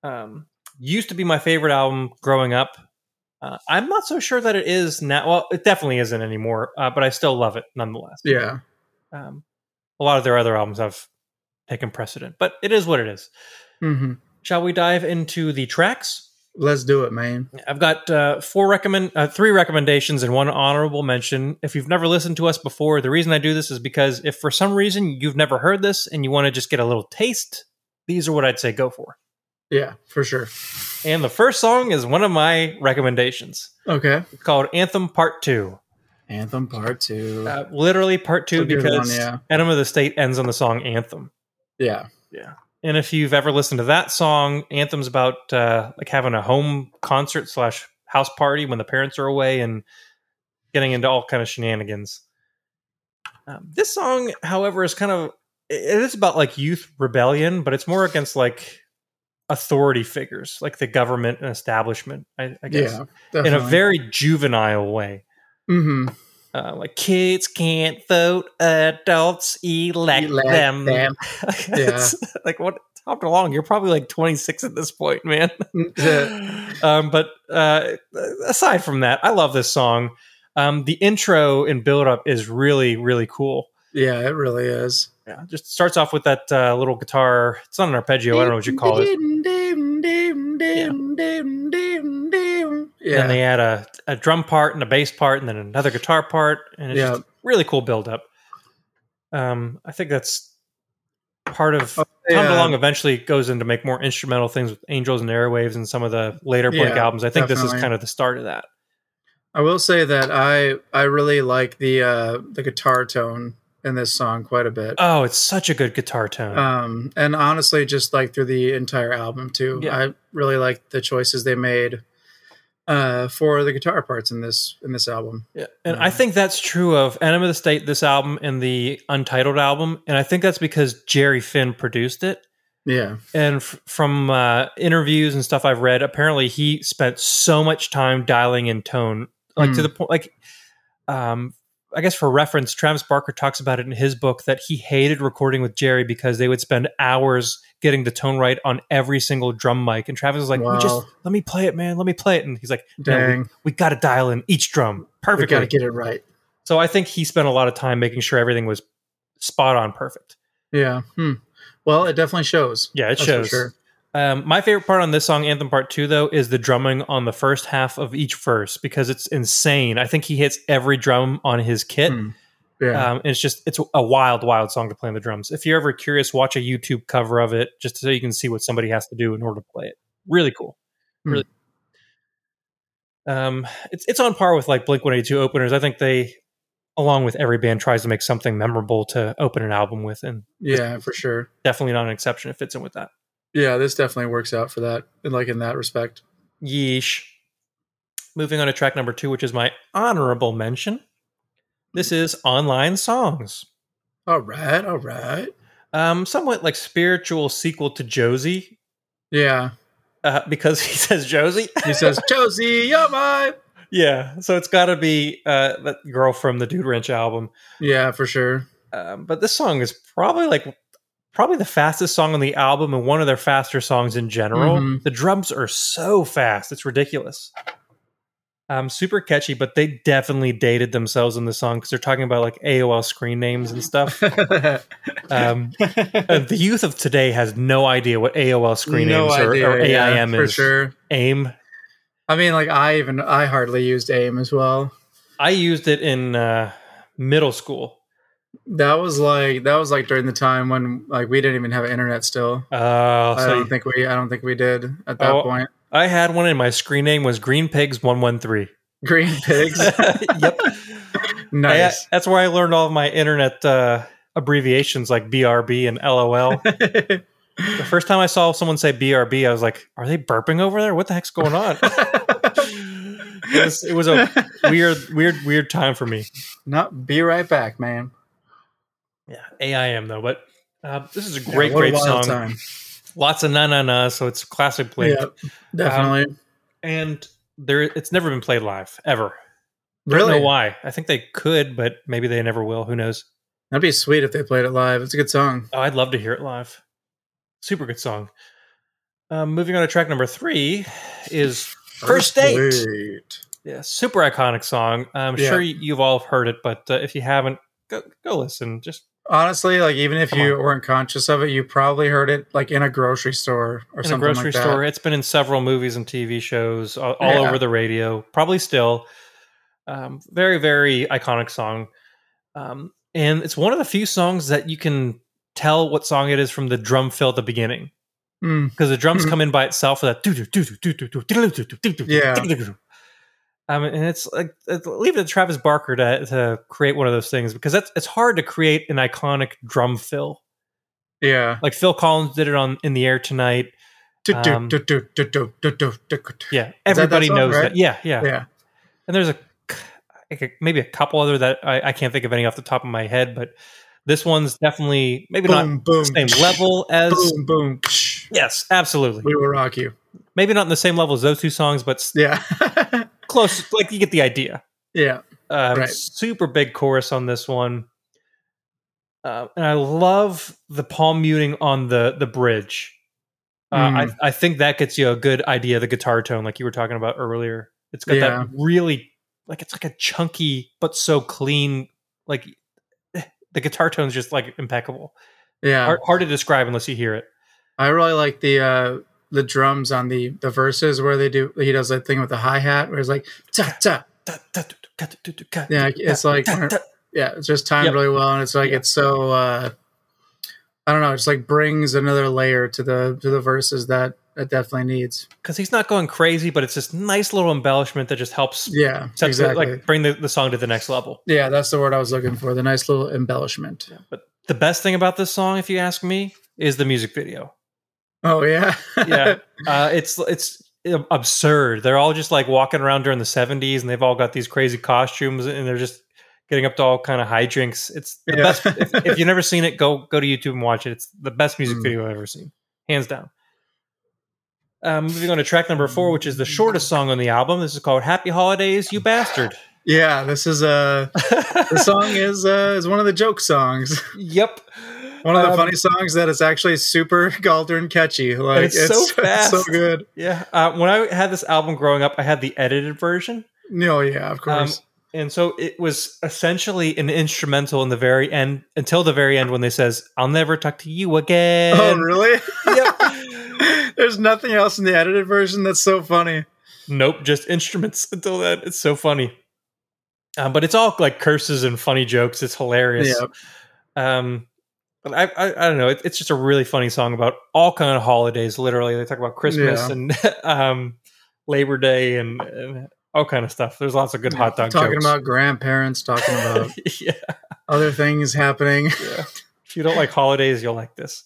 Speaker 2: Um, used to be my favorite album growing up. Uh, I'm not so sure that it is now. Well, it definitely isn't anymore. Uh, but I still love it nonetheless.
Speaker 3: Yeah.
Speaker 2: Um, a lot of their other albums have taken precedent, but it is what it is.
Speaker 3: hmm
Speaker 2: Shall we dive into the tracks?
Speaker 3: Let's do it, man.
Speaker 2: I've got uh, four recommend, uh, three recommendations, and one honorable mention. If you've never listened to us before, the reason I do this is because if for some reason you've never heard this and you want to just get a little taste, these are what I'd say go for.
Speaker 3: Yeah, for sure.
Speaker 2: And the first song is one of my recommendations.
Speaker 3: Okay.
Speaker 2: It's called Anthem Part Two.
Speaker 3: Anthem Part Two.
Speaker 2: Uh, literally Part Two
Speaker 3: It's a good
Speaker 2: because
Speaker 3: one, yeah.
Speaker 2: Enema of the State ends on the song Anthem.
Speaker 3: yeah.
Speaker 2: And if you've ever listened to that song, Anthem's about uh, like having a home concert slash house party when the parents are away and getting into all kind of shenanigans. Um, this song, however, is kind of it is about like youth rebellion, but it's more against like authority figures, like the government and establishment. I, I guess
Speaker 3: Yeah.
Speaker 2: in a very juvenile way.
Speaker 3: hmm
Speaker 2: Uh, like kids can't vote, adults elect, them. It's like what hopped along. You're probably like 26 at this point, man. um, but uh, aside from that, I love this song. Um, the intro and build up is really, really cool.
Speaker 3: Yeah, it really is.
Speaker 2: Yeah, just starts off with that uh, little guitar. It's not an arpeggio. I don't know what you call it.
Speaker 3: Yeah.
Speaker 2: And they add a, a drum part and a bass part and then another guitar part. And it's
Speaker 3: Yeah.
Speaker 2: just really cool build up. Um, I think that's part of Tom
Speaker 3: Yeah.
Speaker 2: DeLonge eventually goes in to make more instrumental things with Angels and Airwaves and some of the later Blink
Speaker 3: Yeah,
Speaker 2: albums. I think this is
Speaker 3: definitely.
Speaker 2: kind of the start of that.
Speaker 3: I will say that I I really like the uh, the guitar tone in this song quite a bit.
Speaker 2: Oh, it's such a good guitar tone.
Speaker 3: um, and honestly, just like through the entire album too,
Speaker 2: Yeah.
Speaker 3: I really like the choices they made uh, for the guitar parts in this in this album.
Speaker 2: yeah. And I think that's true of Enema of the State, this album, and the Untitled album. And I think that's because Jerry Finn produced it.
Speaker 3: Yeah,
Speaker 2: And f- from uh, interviews and stuff I've read, apparently he spent so much time dialing in tone, like to
Speaker 3: Hmm.
Speaker 2: the point, like um, I guess for reference, Travis Barker talks about it in his book that he hated recording with Jerry because they would spend hours getting the tone right on every single drum mic. And Travis was like,
Speaker 3: Wow.
Speaker 2: we just let me play it, man. Let me play it. And he's like, "No, we-
Speaker 3: Dang.
Speaker 2: we, got to dial in each drum
Speaker 3: We got to
Speaker 2: perfectly.
Speaker 3: get it right.
Speaker 2: so I think he spent a lot of time making sure everything was spot on perfect.
Speaker 3: Yeah. Hmm. Well, it definitely shows.
Speaker 2: Yeah, it
Speaker 3: That's for
Speaker 2: shows.
Speaker 3: sure.
Speaker 2: Um, my favorite part on this song, Anthem Part Two, though, is the drumming on the first half of each verse because it's insane. I think he hits every drum on his kit.
Speaker 3: Hmm. Yeah.
Speaker 2: Um, and it's just it's a wild, wild song to play on the drums. If you're ever curious, watch a YouTube cover of it just so you can see what somebody has to do in order to play it. Really cool.
Speaker 3: Hmm.
Speaker 2: Really. Um, it's it's on par with like Blink One Eighty Two openers. I think they, along with every band, tries to make something memorable to open an album with, and
Speaker 3: yeah, for sure.
Speaker 2: definitely not an exception. It fits in with that.
Speaker 3: Yeah, this definitely works out for that. Like in that respect.
Speaker 2: Yeesh. Moving on to track number two, which is my honorable mention. This is Online Songs.
Speaker 3: All right. All right.
Speaker 2: Um, somewhat like spiritual sequel to Josie,
Speaker 3: Yeah.
Speaker 2: uh, because he says Josie.
Speaker 3: He says, Josie, you're my.
Speaker 2: yeah, so it's got to be uh, that girl from the Dude Ranch album.
Speaker 3: Yeah, for sure.
Speaker 2: Um, but this song is probably like probably the fastest song on the album and one of their faster songs in general.
Speaker 3: Mhm.
Speaker 2: The drums are so fast; it's ridiculous. Um, super catchy, but they definitely dated themselves in the song because they're talking about like AOL screen names and stuff. Um, and the youth of today has no idea what AOL screen names or- or,
Speaker 3: yeah,
Speaker 2: AIM
Speaker 3: for
Speaker 2: is.
Speaker 3: sure.
Speaker 2: AIM.
Speaker 3: I mean, like I even I hardly used AIM as well.
Speaker 2: I used it in uh, middle school.
Speaker 3: That was like that was like during the time when like we didn't even have internet still.
Speaker 2: Uh,
Speaker 3: I
Speaker 2: so
Speaker 3: don't think we I don't think we did at that
Speaker 2: Oh.
Speaker 3: point.
Speaker 2: I had one, and my screen name was Green Pigs One One Three.
Speaker 3: Green pigs.
Speaker 2: Yep, I-
Speaker 3: nice.
Speaker 2: that's where I learned all of my internet uh, abbreviations like BRB and LOL. the first time I saw someone say BRB, I was like, "Are they burping over there? What the heck's going on?" it, was, it was a weird, weird, weird time for me.
Speaker 3: Not be right back, man.
Speaker 2: Yeah, AIM though, but uh, this is a
Speaker 3: Yeah,
Speaker 2: great,
Speaker 3: what a
Speaker 2: great song.
Speaker 3: wild time.
Speaker 2: Lots of na na na, so it's classic played,
Speaker 3: Yeah, definitely.
Speaker 2: and there it's never been played live ever. I
Speaker 3: really,
Speaker 2: don't know why. I think they could, but maybe they never will. Who knows?
Speaker 3: that'd be sweet if they played it live. It's a good song.
Speaker 2: Oh, I'd love to hear it live. Super good song. Um, moving on to track number three is First Date.
Speaker 3: Date.
Speaker 2: Yeah, super iconic song. I'm
Speaker 3: Yeah.
Speaker 2: sure y- you've all heard it, but uh, if you haven't, go, go listen. Just
Speaker 3: Honestly, like even if
Speaker 2: Come
Speaker 3: you weren't conscious of it, you probably heard it like in a grocery store
Speaker 2: in
Speaker 3: or
Speaker 2: a
Speaker 3: something
Speaker 2: grocery
Speaker 3: like that.
Speaker 2: store. It's been in several movies and TV shows, all, all
Speaker 3: Yeah.
Speaker 2: over the radio, probably still. Um, very, very iconic song. Um, and it's one of the few songs that you can tell what song it is from the drum fill at the beginning.
Speaker 3: Mm.
Speaker 2: because the drums
Speaker 3: Mhm.
Speaker 2: come in by itself for that do do do do do do do do do do do
Speaker 3: Yeah.
Speaker 2: um, and it's like it's- leave it to Travis Barker to, to create one of those things because that's it's hard to create an iconic drum fill.
Speaker 3: Yeah.
Speaker 2: Like Phil Collins did it on in the air tonight. Um,
Speaker 3: Yeah.
Speaker 2: Yeah,
Speaker 3: that that
Speaker 2: everybody
Speaker 3: song,
Speaker 2: knows
Speaker 3: right?
Speaker 2: that. Yeah, yeah, And there's a like, maybe a couple other that I, I can't think of any off the top of my head, but this one's definitely maybe not
Speaker 3: Boom, boom.
Speaker 2: the same level as.
Speaker 3: Boom, boom.
Speaker 2: Yes, absolutely.
Speaker 3: We will rock you.
Speaker 2: Maybe not in the same level as those two songs, but s-
Speaker 3: Yeah.
Speaker 2: close. Like you get the idea.
Speaker 3: yeah.
Speaker 2: Um,
Speaker 3: Right.
Speaker 2: Super big chorus on this one, uh, and I love the palm muting on the the bridge. Uh,
Speaker 3: Mm.
Speaker 2: I, I think that gets you a good idea of the guitar tone, like you were talking about earlier. It's got
Speaker 3: Yeah.
Speaker 2: that really like it's like a chunky but so clean. Like the guitar tone's just like impeccable.
Speaker 3: Yeah.
Speaker 2: Hard, hard to describe unless you hear it.
Speaker 3: I really like the uh the drums on the the verses where they do he does that thing with the hi hat where it's like ta ta yeah it's like yeah it's just timed
Speaker 2: Yep.
Speaker 3: really well and it's like
Speaker 2: Yeah.
Speaker 3: it's so uh I don't know it's like brings another layer to the to the verses that it definitely needs
Speaker 2: because he's not going crazy, but it's this nice little embellishment that just helps
Speaker 3: yeah
Speaker 2: set the-
Speaker 3: exactly
Speaker 2: like bring the, the song to the next level.
Speaker 3: yeah that's the word I was looking for the nice little embellishment
Speaker 2: But the best thing about this song, if you ask me, is the music video.
Speaker 3: oh yeah
Speaker 2: Yeah, uh, it's it's absurd. They're all just like walking around during the '70s, and they've all got these crazy costumes, and they're just getting up to all kind of high drinks. It's the
Speaker 3: Yeah.
Speaker 2: best. If, if you've never seen it, go go to YouTube and watch it. It's the best music
Speaker 3: Mm.
Speaker 2: video I've ever seen, hands down. Uh, Um, moving on to track number four, which is the shortest song on the album. This is called "Happy Holidays, You Bastard."
Speaker 3: Yeah, this is uh, the song is uh, is one of the joke songs.
Speaker 2: yep.
Speaker 3: One of the
Speaker 2: Um,
Speaker 3: funny songs that is actually super golden catchy. Like
Speaker 2: it's so fast.
Speaker 3: so good.
Speaker 2: Yeah. Uh, when I had this album growing up, I had the edited version.
Speaker 3: No, yeah, of
Speaker 2: Um,
Speaker 3: course.
Speaker 2: and so it was essentially an instrumental in the very end, until the very end when they says, "I'll never talk to you again."
Speaker 3: oh, really?
Speaker 2: Yep.
Speaker 3: There's nothing else in the edited version that's so funny.
Speaker 2: Nope, just instruments until then. It's so funny. Um, but it's all like curses and funny jokes. It's hilarious.
Speaker 3: Yep.
Speaker 2: Um, but I, I, I don't know. It, it's just a really funny song about all kind of holidays. Literally, they talk about Christmas
Speaker 3: Yeah.
Speaker 2: and um, Labor Day and, and all kind of stuff. There's lots of good hot dog
Speaker 3: talking
Speaker 2: jokes.
Speaker 3: about grandparents, talking about
Speaker 2: yeah,
Speaker 3: other things happening.
Speaker 2: yeah. If you don't like holidays, you'll like this.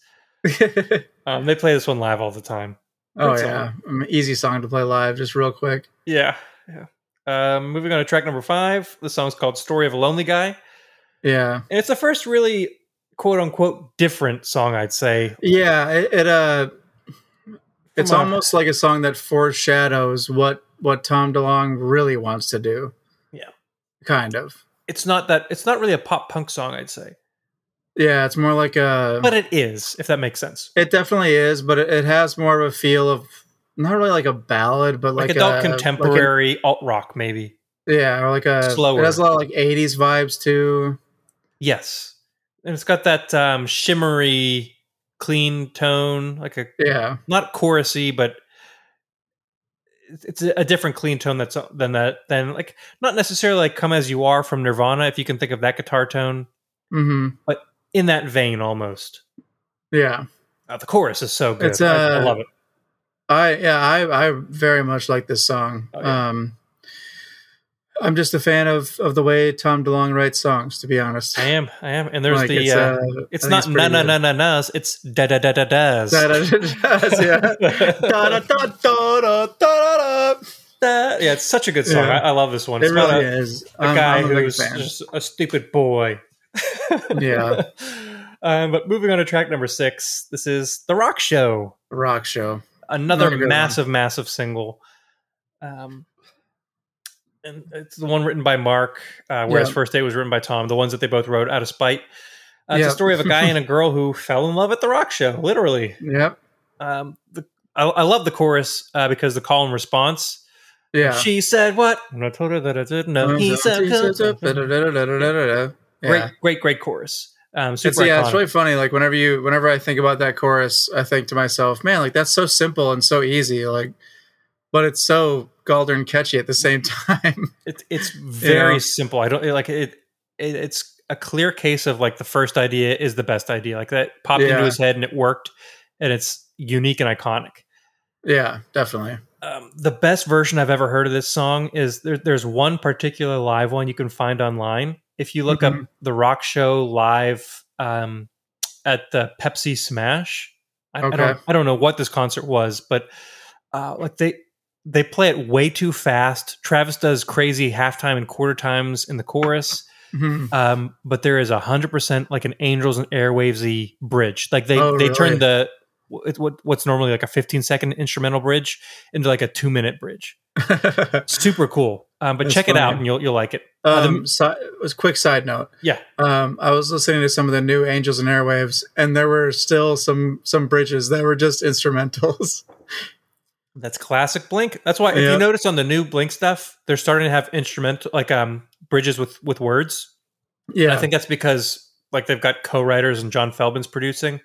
Speaker 2: Um, they play this one live all the time.
Speaker 3: oh
Speaker 2: Great song.
Speaker 3: yeah, I mean, easy song to play live, just real quick.
Speaker 2: Yeah, yeah. Um, moving on to track number five. The song's called "Story of a Lonely Guy."
Speaker 3: Yeah,
Speaker 2: And it's the first really quote unquote different song, I'd say.
Speaker 3: yeah. It, it uh, it's
Speaker 2: Come on.
Speaker 3: almost like a song that foreshadows what what Tom DeLonge really wants to do.
Speaker 2: Yeah.
Speaker 3: kind of.
Speaker 2: It's not that it's not really a pop punk song, I'd say.
Speaker 3: Yeah, it's more like a.
Speaker 2: But it is, if that makes sense.
Speaker 3: it definitely is, but it, it has more of a feel of not really like a ballad, but
Speaker 2: Like,
Speaker 3: like,
Speaker 2: adult
Speaker 3: a, like
Speaker 2: contemporary alt rock, maybe.
Speaker 3: a- yeah, or like a
Speaker 2: Slower.
Speaker 3: It has a lot of like '80s vibes too.
Speaker 2: Yes. And it's got that um shimmery, clean tone, like a
Speaker 3: Yeah,
Speaker 2: not chorusy, but it's- it's a different clean tone that's than that than like not necessarily like come as you are from Nirvana, if you can think of that guitar tone.
Speaker 3: hmm
Speaker 2: In that vein almost.
Speaker 3: yeah.
Speaker 2: Uh, the chorus is so good.
Speaker 3: It's,
Speaker 2: I, I
Speaker 3: uh,
Speaker 2: love it.
Speaker 3: I yeah, I I very much like this song.
Speaker 2: Oh, yeah.
Speaker 3: Um I'm just a fan of of the way Tom DeLonge writes songs, to be honest.
Speaker 2: I am, I am, and there's
Speaker 3: Like,
Speaker 2: the.
Speaker 3: it's,
Speaker 2: uh,
Speaker 3: uh,
Speaker 2: it's
Speaker 3: I think
Speaker 2: not na
Speaker 3: pretty
Speaker 2: na
Speaker 3: good.
Speaker 2: na na nas. It's da da da da das.
Speaker 3: Da-da-da-da-das, yeah. Da-da-da-da-da-da-da.
Speaker 2: Da- Yeah, it's such a good song.
Speaker 3: Yeah.
Speaker 2: I, I love this one.
Speaker 3: It
Speaker 2: It's about
Speaker 3: really
Speaker 2: a,
Speaker 3: is.
Speaker 2: a guy
Speaker 3: big
Speaker 2: who's
Speaker 3: fan.
Speaker 2: just a stupid boy.
Speaker 3: Yeah.
Speaker 2: um, but moving on to track number six. This is the Rock Show,
Speaker 3: rock show.
Speaker 2: another
Speaker 3: Another good one.
Speaker 2: massive, massive single. Um, and it's the one written by Mark, uh, whereas
Speaker 3: Yeah.
Speaker 2: First Day was written by Tom. The ones that they both wrote out of spite. Uh, It's
Speaker 3: Yeah.
Speaker 2: a story of a guy and a girl who fell in love at the rock show, literally.
Speaker 3: Yep.
Speaker 2: um, the, I, I love the chorus uh, because the call and response.
Speaker 3: Yeah.
Speaker 2: She said what? And I told her that I didn't know. He said,
Speaker 3: Da-da-da-da-da-da-da-da. Yeah.
Speaker 2: great, great, great chorus. Um, super
Speaker 3: It's, yeah, it's
Speaker 2: iconic.
Speaker 3: really funny. Like whenever you, whenever I think about that chorus, I think to myself, man, like that's so simple and so easy. Like, but it's so golden catchy at the same time.
Speaker 2: It- it's very
Speaker 3: Yeah.
Speaker 2: simple. I don't like it, it. It's a clear case of like the first idea is the best idea. Like that popped
Speaker 3: Yeah.
Speaker 2: into his head and it worked, and it's unique and iconic.
Speaker 3: yeah, definitely.
Speaker 2: um, the best version I've ever heard of this song is there, there's one particular live one you can find online. If you look up
Speaker 3: Mhm.
Speaker 2: the rock show live um, at the Pepsi Smash, I, I don't
Speaker 3: Okay.
Speaker 2: I don't know what this concert was, but uh, like they they play it way too fast. Travis does crazy halftime and quarter times in the chorus,
Speaker 3: Mhm.
Speaker 2: um, but there is a hundred percent like an Angels and Airwavesy bridge. Like they
Speaker 3: Oh,
Speaker 2: they
Speaker 3: really?
Speaker 2: turn the it, what what's normally like a fifteen second instrumental bridge into like a two minute bridge. Super cool. Um, but
Speaker 3: That's
Speaker 2: check it out
Speaker 3: funny.
Speaker 2: and you'll you'll like it.
Speaker 3: um, si- was quick side note.
Speaker 2: Yeah.
Speaker 3: Um, I was listening to some of the new Angels and Airwaves, and there were still some some bridges that were just instrumentals.
Speaker 2: That's classic Blink. That's why if
Speaker 3: Yeah.
Speaker 2: you notice on the new Blink stuff, they're starting to have instrumental like um bridges with with words.
Speaker 3: yeah,
Speaker 2: I think that's because like they've got co-writers and John Feldman's producing.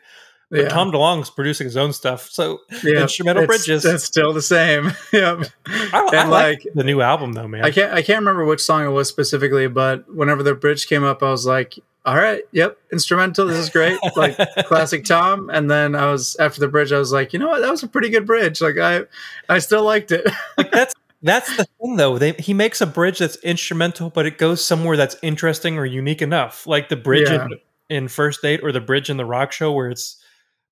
Speaker 2: But
Speaker 3: yeah.
Speaker 2: Tom DeLonge's producing his own stuff. So
Speaker 3: yeah.
Speaker 2: instrumental
Speaker 3: It's-
Speaker 2: bridges.
Speaker 3: That's still the same. yeah.
Speaker 2: I, I like, the new album though, man.
Speaker 3: I can't I can't remember which song it was specifically, but whenever the bridge came up, I was like, "All right, yep, instrumental. This is great, like classic Tom." And then I was after the bridge, I was like, "You know what? That was a pretty good bridge. Like I, I still liked it."
Speaker 2: Like, that's that's the thing though. They, he makes a bridge that's instrumental, but it goes somewhere that's interesting or unique enough. Like the bridge
Speaker 3: Yeah.
Speaker 2: in, in First Date or the bridge in the Rock Show, where it's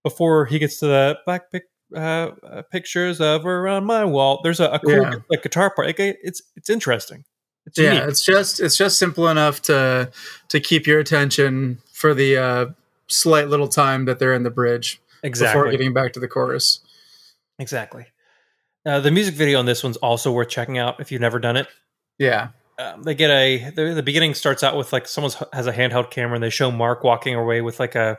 Speaker 2: before he gets to the black pic, uh, uh, pictures of her on my wall. There's a, a cool
Speaker 3: Yeah.
Speaker 2: like, guitar part. Like, it- it's it's interesting. It's
Speaker 3: yeah,
Speaker 2: unique.
Speaker 3: it's just it's just simple enough to to keep your attention for the uh, slight little time that they're in the bridge before
Speaker 2: exactly.
Speaker 3: getting back to the chorus.
Speaker 2: exactly. Uh, the music video on this one's also worth checking out if you've never done it.
Speaker 3: Yeah,
Speaker 2: um, they get a the, the beginning starts out with like someone has a handheld camera and they show Mark walking away with like a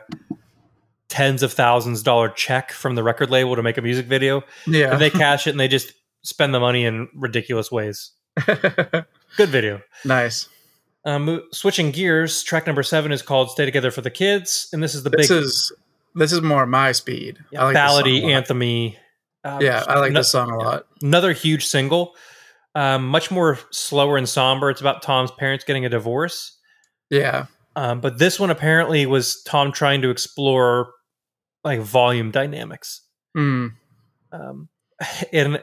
Speaker 2: tens of thousands dollar check from the record label to make a music video
Speaker 3: Yeah.
Speaker 2: and they cash it and they just spend the money in ridiculous ways. Good video.
Speaker 3: nice.
Speaker 2: Um, mo- switching gears, track number seven is called "Stay Together for the Kids," and this is the
Speaker 3: This
Speaker 2: big
Speaker 3: is this is more my speed.
Speaker 2: yeah,
Speaker 3: this song
Speaker 2: ballady
Speaker 3: a lot.
Speaker 2: anthemy. Uh,
Speaker 3: Yeah, I like
Speaker 2: no-
Speaker 3: this song a lot.
Speaker 2: another huge single. Um, much more slower and somber. It's about Tom's parents getting a divorce.
Speaker 3: Yeah.
Speaker 2: Um, but this one apparently was Tom trying to explore like volume dynamics.
Speaker 3: Hmm.
Speaker 2: Um, and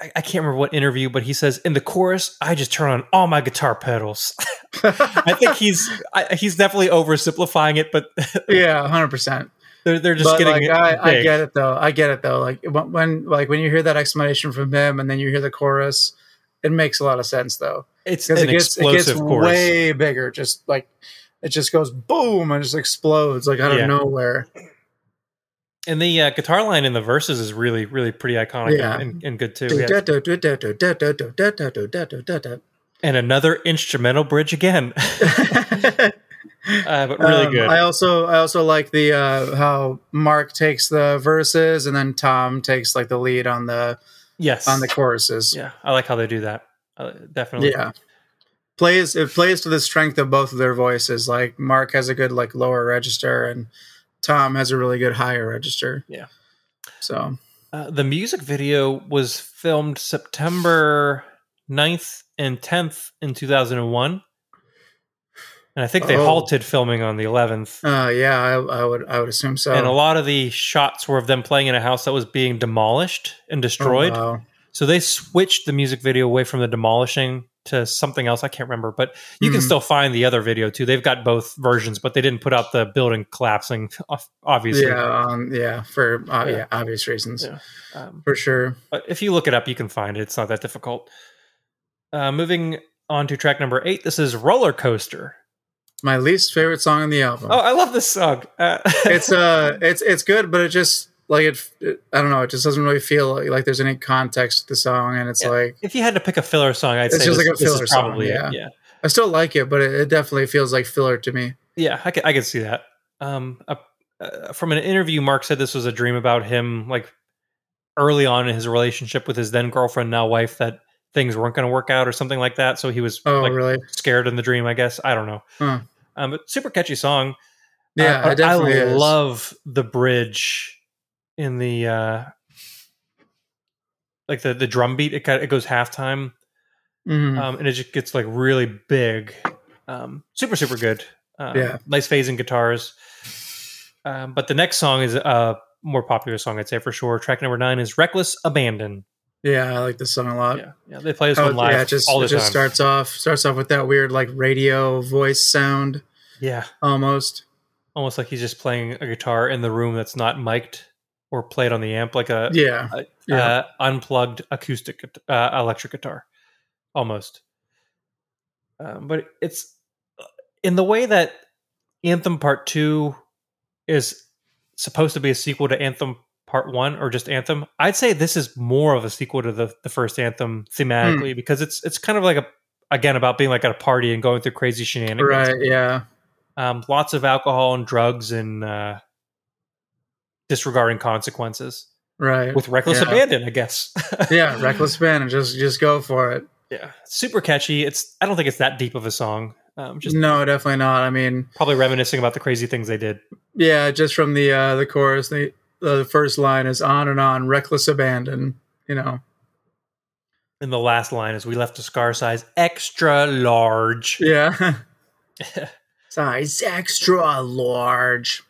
Speaker 2: I, I can't remember what interview, but he says in the chorus, "I just turn on all my guitar pedals." I think he's I, he's definitely oversimplifying it, but
Speaker 3: yeah, hundred percent.
Speaker 2: they're they're just
Speaker 3: But
Speaker 2: getting.
Speaker 3: like,
Speaker 2: it
Speaker 3: I, I
Speaker 2: big.
Speaker 3: get it though. I get it though. Like when, when like when you hear that explanation from him, and then you hear the chorus, it makes a lot of sense though
Speaker 2: It's an
Speaker 3: because it gets it
Speaker 2: explosive
Speaker 3: gets
Speaker 2: chorus.
Speaker 3: way bigger. Just like it just goes boom and just explodes like out
Speaker 2: Yeah.
Speaker 3: of nowhere.
Speaker 2: And the uh, guitar line in the verses is really, really pretty iconic
Speaker 3: Yeah.
Speaker 2: and, and good too. yeah.
Speaker 3: really
Speaker 2: And another instrumental bridge again, uh, but really
Speaker 3: Um,
Speaker 2: good.
Speaker 3: I also I also like the uh, how Mark takes the verses and then Tom takes like the lead on the
Speaker 2: yes,
Speaker 3: on the choruses.
Speaker 2: yeah, I like how they do that. Uh, definitely,
Speaker 3: Yeah. Plays it plays to the strength of both of their voices. Like Mark has a good like lower register and Tom has a really good higher register.
Speaker 2: Yeah.
Speaker 3: So
Speaker 2: Uh, the music video was filmed September 9th and 10th in 2001. And I think they
Speaker 3: Oh.
Speaker 2: halted filming on the 11th.
Speaker 3: uh yeah, I, I would I would assume so.
Speaker 2: And a lot of the shots were of them playing in a house that was being demolished and
Speaker 3: Oh,
Speaker 2: destroyed.
Speaker 3: wow.
Speaker 2: So they switched the music video away from the demolishing to something else. I can't remember, but you can
Speaker 3: Mhm.
Speaker 2: still find the other video too. They've got both versions, but they didn't put out the building collapsing, ob- obviously.
Speaker 3: Yeah, um, yeah, for uh,
Speaker 2: Yeah.
Speaker 3: yeah. obvious reasons.
Speaker 2: Yeah. Um,
Speaker 3: For sure.
Speaker 2: But if you look it up, you can find it. It's not that difficult. Uh, moving on to track number eight. This is Roller Coaster.
Speaker 3: My least favorite song on the album.
Speaker 2: Oh, I love this song. Uh,
Speaker 3: it's uh it's it's good but it just like it, it- i don't know it just doesn't really feel like, like there's any context to the song and it's
Speaker 2: Yeah.
Speaker 3: like
Speaker 2: if you had to pick a filler song, I'd
Speaker 3: It's
Speaker 2: say
Speaker 3: just
Speaker 2: this,
Speaker 3: like a
Speaker 2: this
Speaker 3: filler
Speaker 2: is
Speaker 3: song,
Speaker 2: probably it.
Speaker 3: yeah.
Speaker 2: Yeah,
Speaker 3: i still like it but it, it definitely feels like filler to me
Speaker 2: yeah, I could, I could see that. Um, uh, uh, from an interview, Mark said this was a dream about him, like early on in his relationship with his then girlfriend, now wife, that things weren't going to work out or something like that. So he was
Speaker 3: oh
Speaker 2: like
Speaker 3: really
Speaker 2: scared in the dream, I guess. I don't know.
Speaker 3: Huh.
Speaker 2: Um, but super catchy song.
Speaker 3: yeah
Speaker 2: Uh,
Speaker 3: it definitely
Speaker 2: I
Speaker 3: is.
Speaker 2: love the bridge in the uh like the the drum beat. It kind it goes halftime,
Speaker 3: Mhm.
Speaker 2: um, and it just gets like really big. Um, super super good. Um,
Speaker 3: Yeah.
Speaker 2: nice phasing guitars. Um, but the next song is a more popular song, I'd say for sure. Track number nine is "Reckless Abandon."
Speaker 3: yeah i like this song a lot
Speaker 2: Yeah, yeah, they play this
Speaker 3: How
Speaker 2: one
Speaker 3: it-
Speaker 2: live
Speaker 3: Uh, oh, yeah, it just
Speaker 2: all the
Speaker 3: it just
Speaker 2: time.
Speaker 3: starts off starts off with that weird like radio voice sound
Speaker 2: yeah,
Speaker 3: almost
Speaker 2: almost like he's just playing a guitar in the room that's not mic'd or played on the amp, like a
Speaker 3: yeah
Speaker 2: uh,
Speaker 3: yeah
Speaker 2: uh, unplugged acoustic guit- uh, electric guitar, almost. Um, but it's uh, in the way that Anthem Part Two is supposed to be a sequel to Anthem Part One or just Anthem. I'd say this is more of a sequel to the, the first Anthem thematically
Speaker 3: Hmm.
Speaker 2: because it's it's kind of like a again about being like at a party and going through crazy shenanigans.
Speaker 3: right yeah
Speaker 2: Um, lots of alcohol and drugs and uh, disregarding consequences
Speaker 3: right
Speaker 2: with reckless
Speaker 3: Yeah.
Speaker 2: abandon, I guess.
Speaker 3: yeah reckless band just just go for it
Speaker 2: yeah, super catchy. It's I don't think it's that deep of a song. Um, just
Speaker 3: no definitely not i mean
Speaker 2: probably reminiscing about the crazy things they did.
Speaker 3: Yeah, just from the uh, the chorus, the the first line is on and on, reckless abandon. You know,
Speaker 2: And the last line is we left a scar size extra large.
Speaker 3: yeah. Size extra large.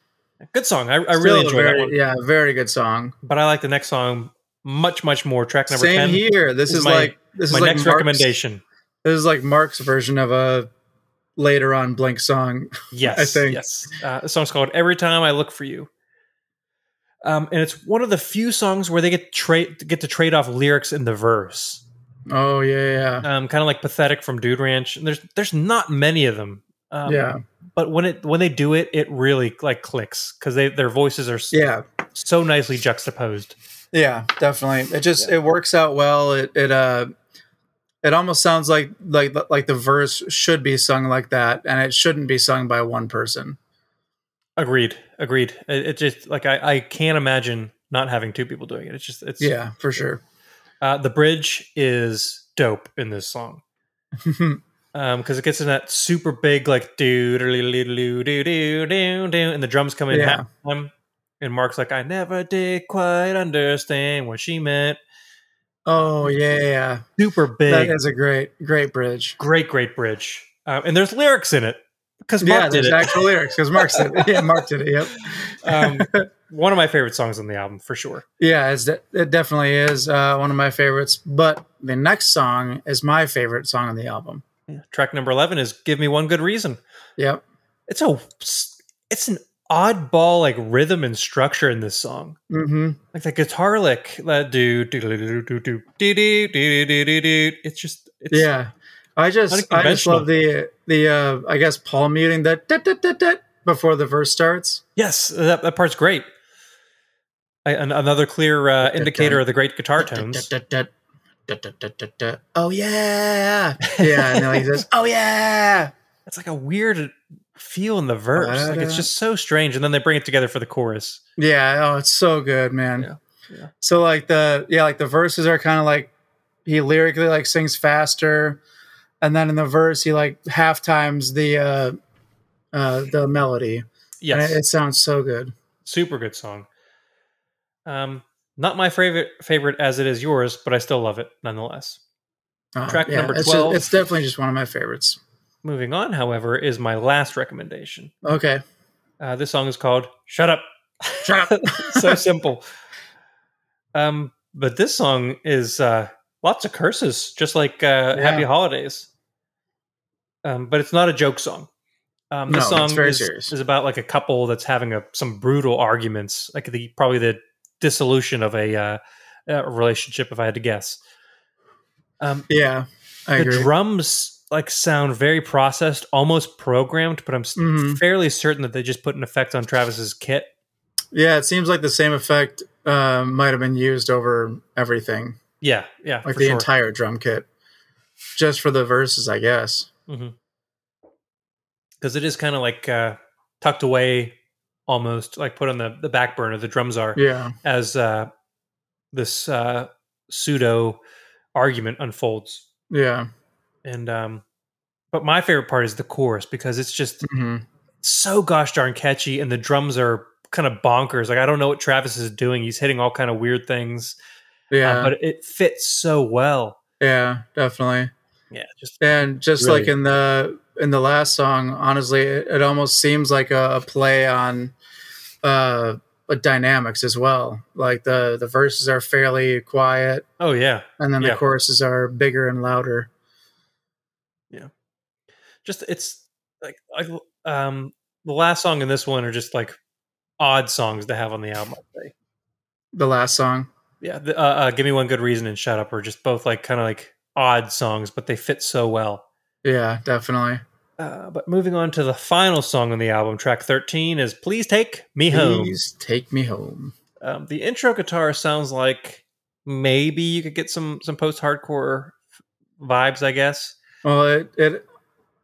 Speaker 2: Good song. I, I really enjoy
Speaker 3: very,
Speaker 2: that one.
Speaker 3: Yeah, very good song.
Speaker 2: But I like the next song much much more. Track number
Speaker 3: Same
Speaker 2: ten.
Speaker 3: here. This
Speaker 2: is
Speaker 3: is,
Speaker 2: my-
Speaker 3: like this
Speaker 2: My
Speaker 3: is like
Speaker 2: next
Speaker 3: Mark's-
Speaker 2: recommendation.
Speaker 3: This is like Mark's version of a later on Blink song.
Speaker 2: Yes,
Speaker 3: I think.
Speaker 2: yes. Uh, the song's called "Every Time I Look for You," um, and it's one of the few songs where they get trade get to trade off lyrics in the verse.
Speaker 3: Oh yeah, yeah,
Speaker 2: um, kind of like pathetic from Dude Ranch. And there's there's not many of them. Um,
Speaker 3: yeah,
Speaker 2: But when it when they do it, it really like clicks because they their voices are s-
Speaker 3: yeah,
Speaker 2: so nicely juxtaposed.
Speaker 3: yeah. Definitely, it just it works out well. It it uh, it almost sounds like like like the verse should be sung like that and it shouldn't be sung by one person
Speaker 2: Agreed. Agreed. It, it just like I, I can't imagine not having two people doing it. It's just it's
Speaker 3: yeah for sure
Speaker 2: Uh, the bridge is dope in this song because it gets in that super big like doo doo doo doo doo doo doo, and the drums come in
Speaker 3: Yeah.
Speaker 2: half time, and Mark's like, "I never did quite understand what she meant."
Speaker 3: oh yeah, yeah, yeah
Speaker 2: Super big,
Speaker 3: that is a great great bridge
Speaker 2: great, great bridge, um, and there's lyrics in it because
Speaker 3: yeah
Speaker 2: Mark did
Speaker 3: there's
Speaker 2: it.
Speaker 3: actual lyrics because mark did it yeah mark did it yep
Speaker 2: um, one of my favorite songs on the album for sure.
Speaker 3: Yeah, it's de- it definitely is uh, one of my favorites. But the next song is my favorite song on the album.
Speaker 2: Track number eleven is "Give Me One Good Reason."
Speaker 3: Yep.
Speaker 2: It's a it's an oddball like rhythm and structure in this song.
Speaker 3: Mm-hmm.
Speaker 2: like that guitar lick that do do do do do do do do do do do do it's just it's
Speaker 3: Yeah. I just I just
Speaker 2: Unconventional.
Speaker 3: love the the uh, I guess Paul muting that da- da- da- da- before the verse starts.
Speaker 2: yes that, that part's great I, an, another clear uh, indicator of the great guitar tones
Speaker 3: Da- da- da- da- da- da- da- da. Oh yeah, yeah, and then he says, "Oh yeah."
Speaker 2: it's like a weird feel in the verse like it's just so strange and then they bring it together for the chorus
Speaker 3: Yeah, oh, it's so good, man.
Speaker 2: Yeah, yeah.
Speaker 3: So like the yeah, like the verses are kind of like he lyrically like sings faster, and then in the verse he like half times the uh uh the melody. And
Speaker 2: yes
Speaker 3: it, it sounds so good.
Speaker 2: super good song um not my favorite favorite as it is yours but i still love it nonetheless
Speaker 3: Uh,
Speaker 2: Track number
Speaker 3: it's
Speaker 2: 12.
Speaker 3: Just, it's definitely just one of my favorites.
Speaker 2: moving on however is my last recommendation
Speaker 3: Okay,
Speaker 2: uh, this song is called shut up
Speaker 3: shut up.
Speaker 2: so simple. Um, but this song is uh, lots of curses, just like uh,
Speaker 3: Yeah.
Speaker 2: "Happy Holidays." Um, but it's not a joke song. Um, this
Speaker 3: No,
Speaker 2: song
Speaker 3: it's very
Speaker 2: is,
Speaker 3: serious.
Speaker 2: is about like a couple that's having a, some brutal arguments, like the probably the dissolution of a, uh, a relationship, if I had to guess. Um,
Speaker 3: yeah, I
Speaker 2: the
Speaker 3: agree.
Speaker 2: drums like sound very processed, almost programmed, but I'm s
Speaker 3: Mhm.
Speaker 2: fairly certain that they just put an effect on Travis's kit.
Speaker 3: yeah, it seems like the same effect uh, might have been used over everything,
Speaker 2: Yeah, yeah,
Speaker 3: like
Speaker 2: for
Speaker 3: the
Speaker 2: sure.
Speaker 3: entire drum kit, just for the verses, I guess.
Speaker 2: because it is kind of like uh, tucked away almost like put on the, the back burner the drums are
Speaker 3: Yeah.
Speaker 2: as uh, this uh, pseudo argument unfolds
Speaker 3: Yeah.
Speaker 2: and um, but my favorite part is the chorus because it's just
Speaker 3: hmm
Speaker 2: so gosh darn catchy and the drums are kind of bonkers like i don't know what travis is doing he's hitting all kind of weird things uh,
Speaker 3: Yeah.
Speaker 2: but it fits so well
Speaker 3: yeah, definitely.
Speaker 2: yeah just
Speaker 3: And just
Speaker 2: Really.
Speaker 3: like in the in the last song, honestly, it, it almost seems like a, a play on uh uh, dynamics as well. Like the the verses are fairly quiet
Speaker 2: oh yeah
Speaker 3: and then
Speaker 2: Yeah.
Speaker 3: the choruses are bigger and louder.
Speaker 2: just it's like like um the last song and this one are just like odd songs to have on the album. I'd say.
Speaker 3: The last song.
Speaker 2: Yeah, the, uh, uh, give me one good reason and shut up are just both like kind of like odd songs, but they fit so well.
Speaker 3: Yeah, definitely.
Speaker 2: Uh, but moving on to the final song on the album, track thirteen is "Please Take Me Home."
Speaker 3: Please take me home.
Speaker 2: Um, the intro guitar sounds like maybe you could get some some post hardcore vibes, I guess.
Speaker 3: Well, it it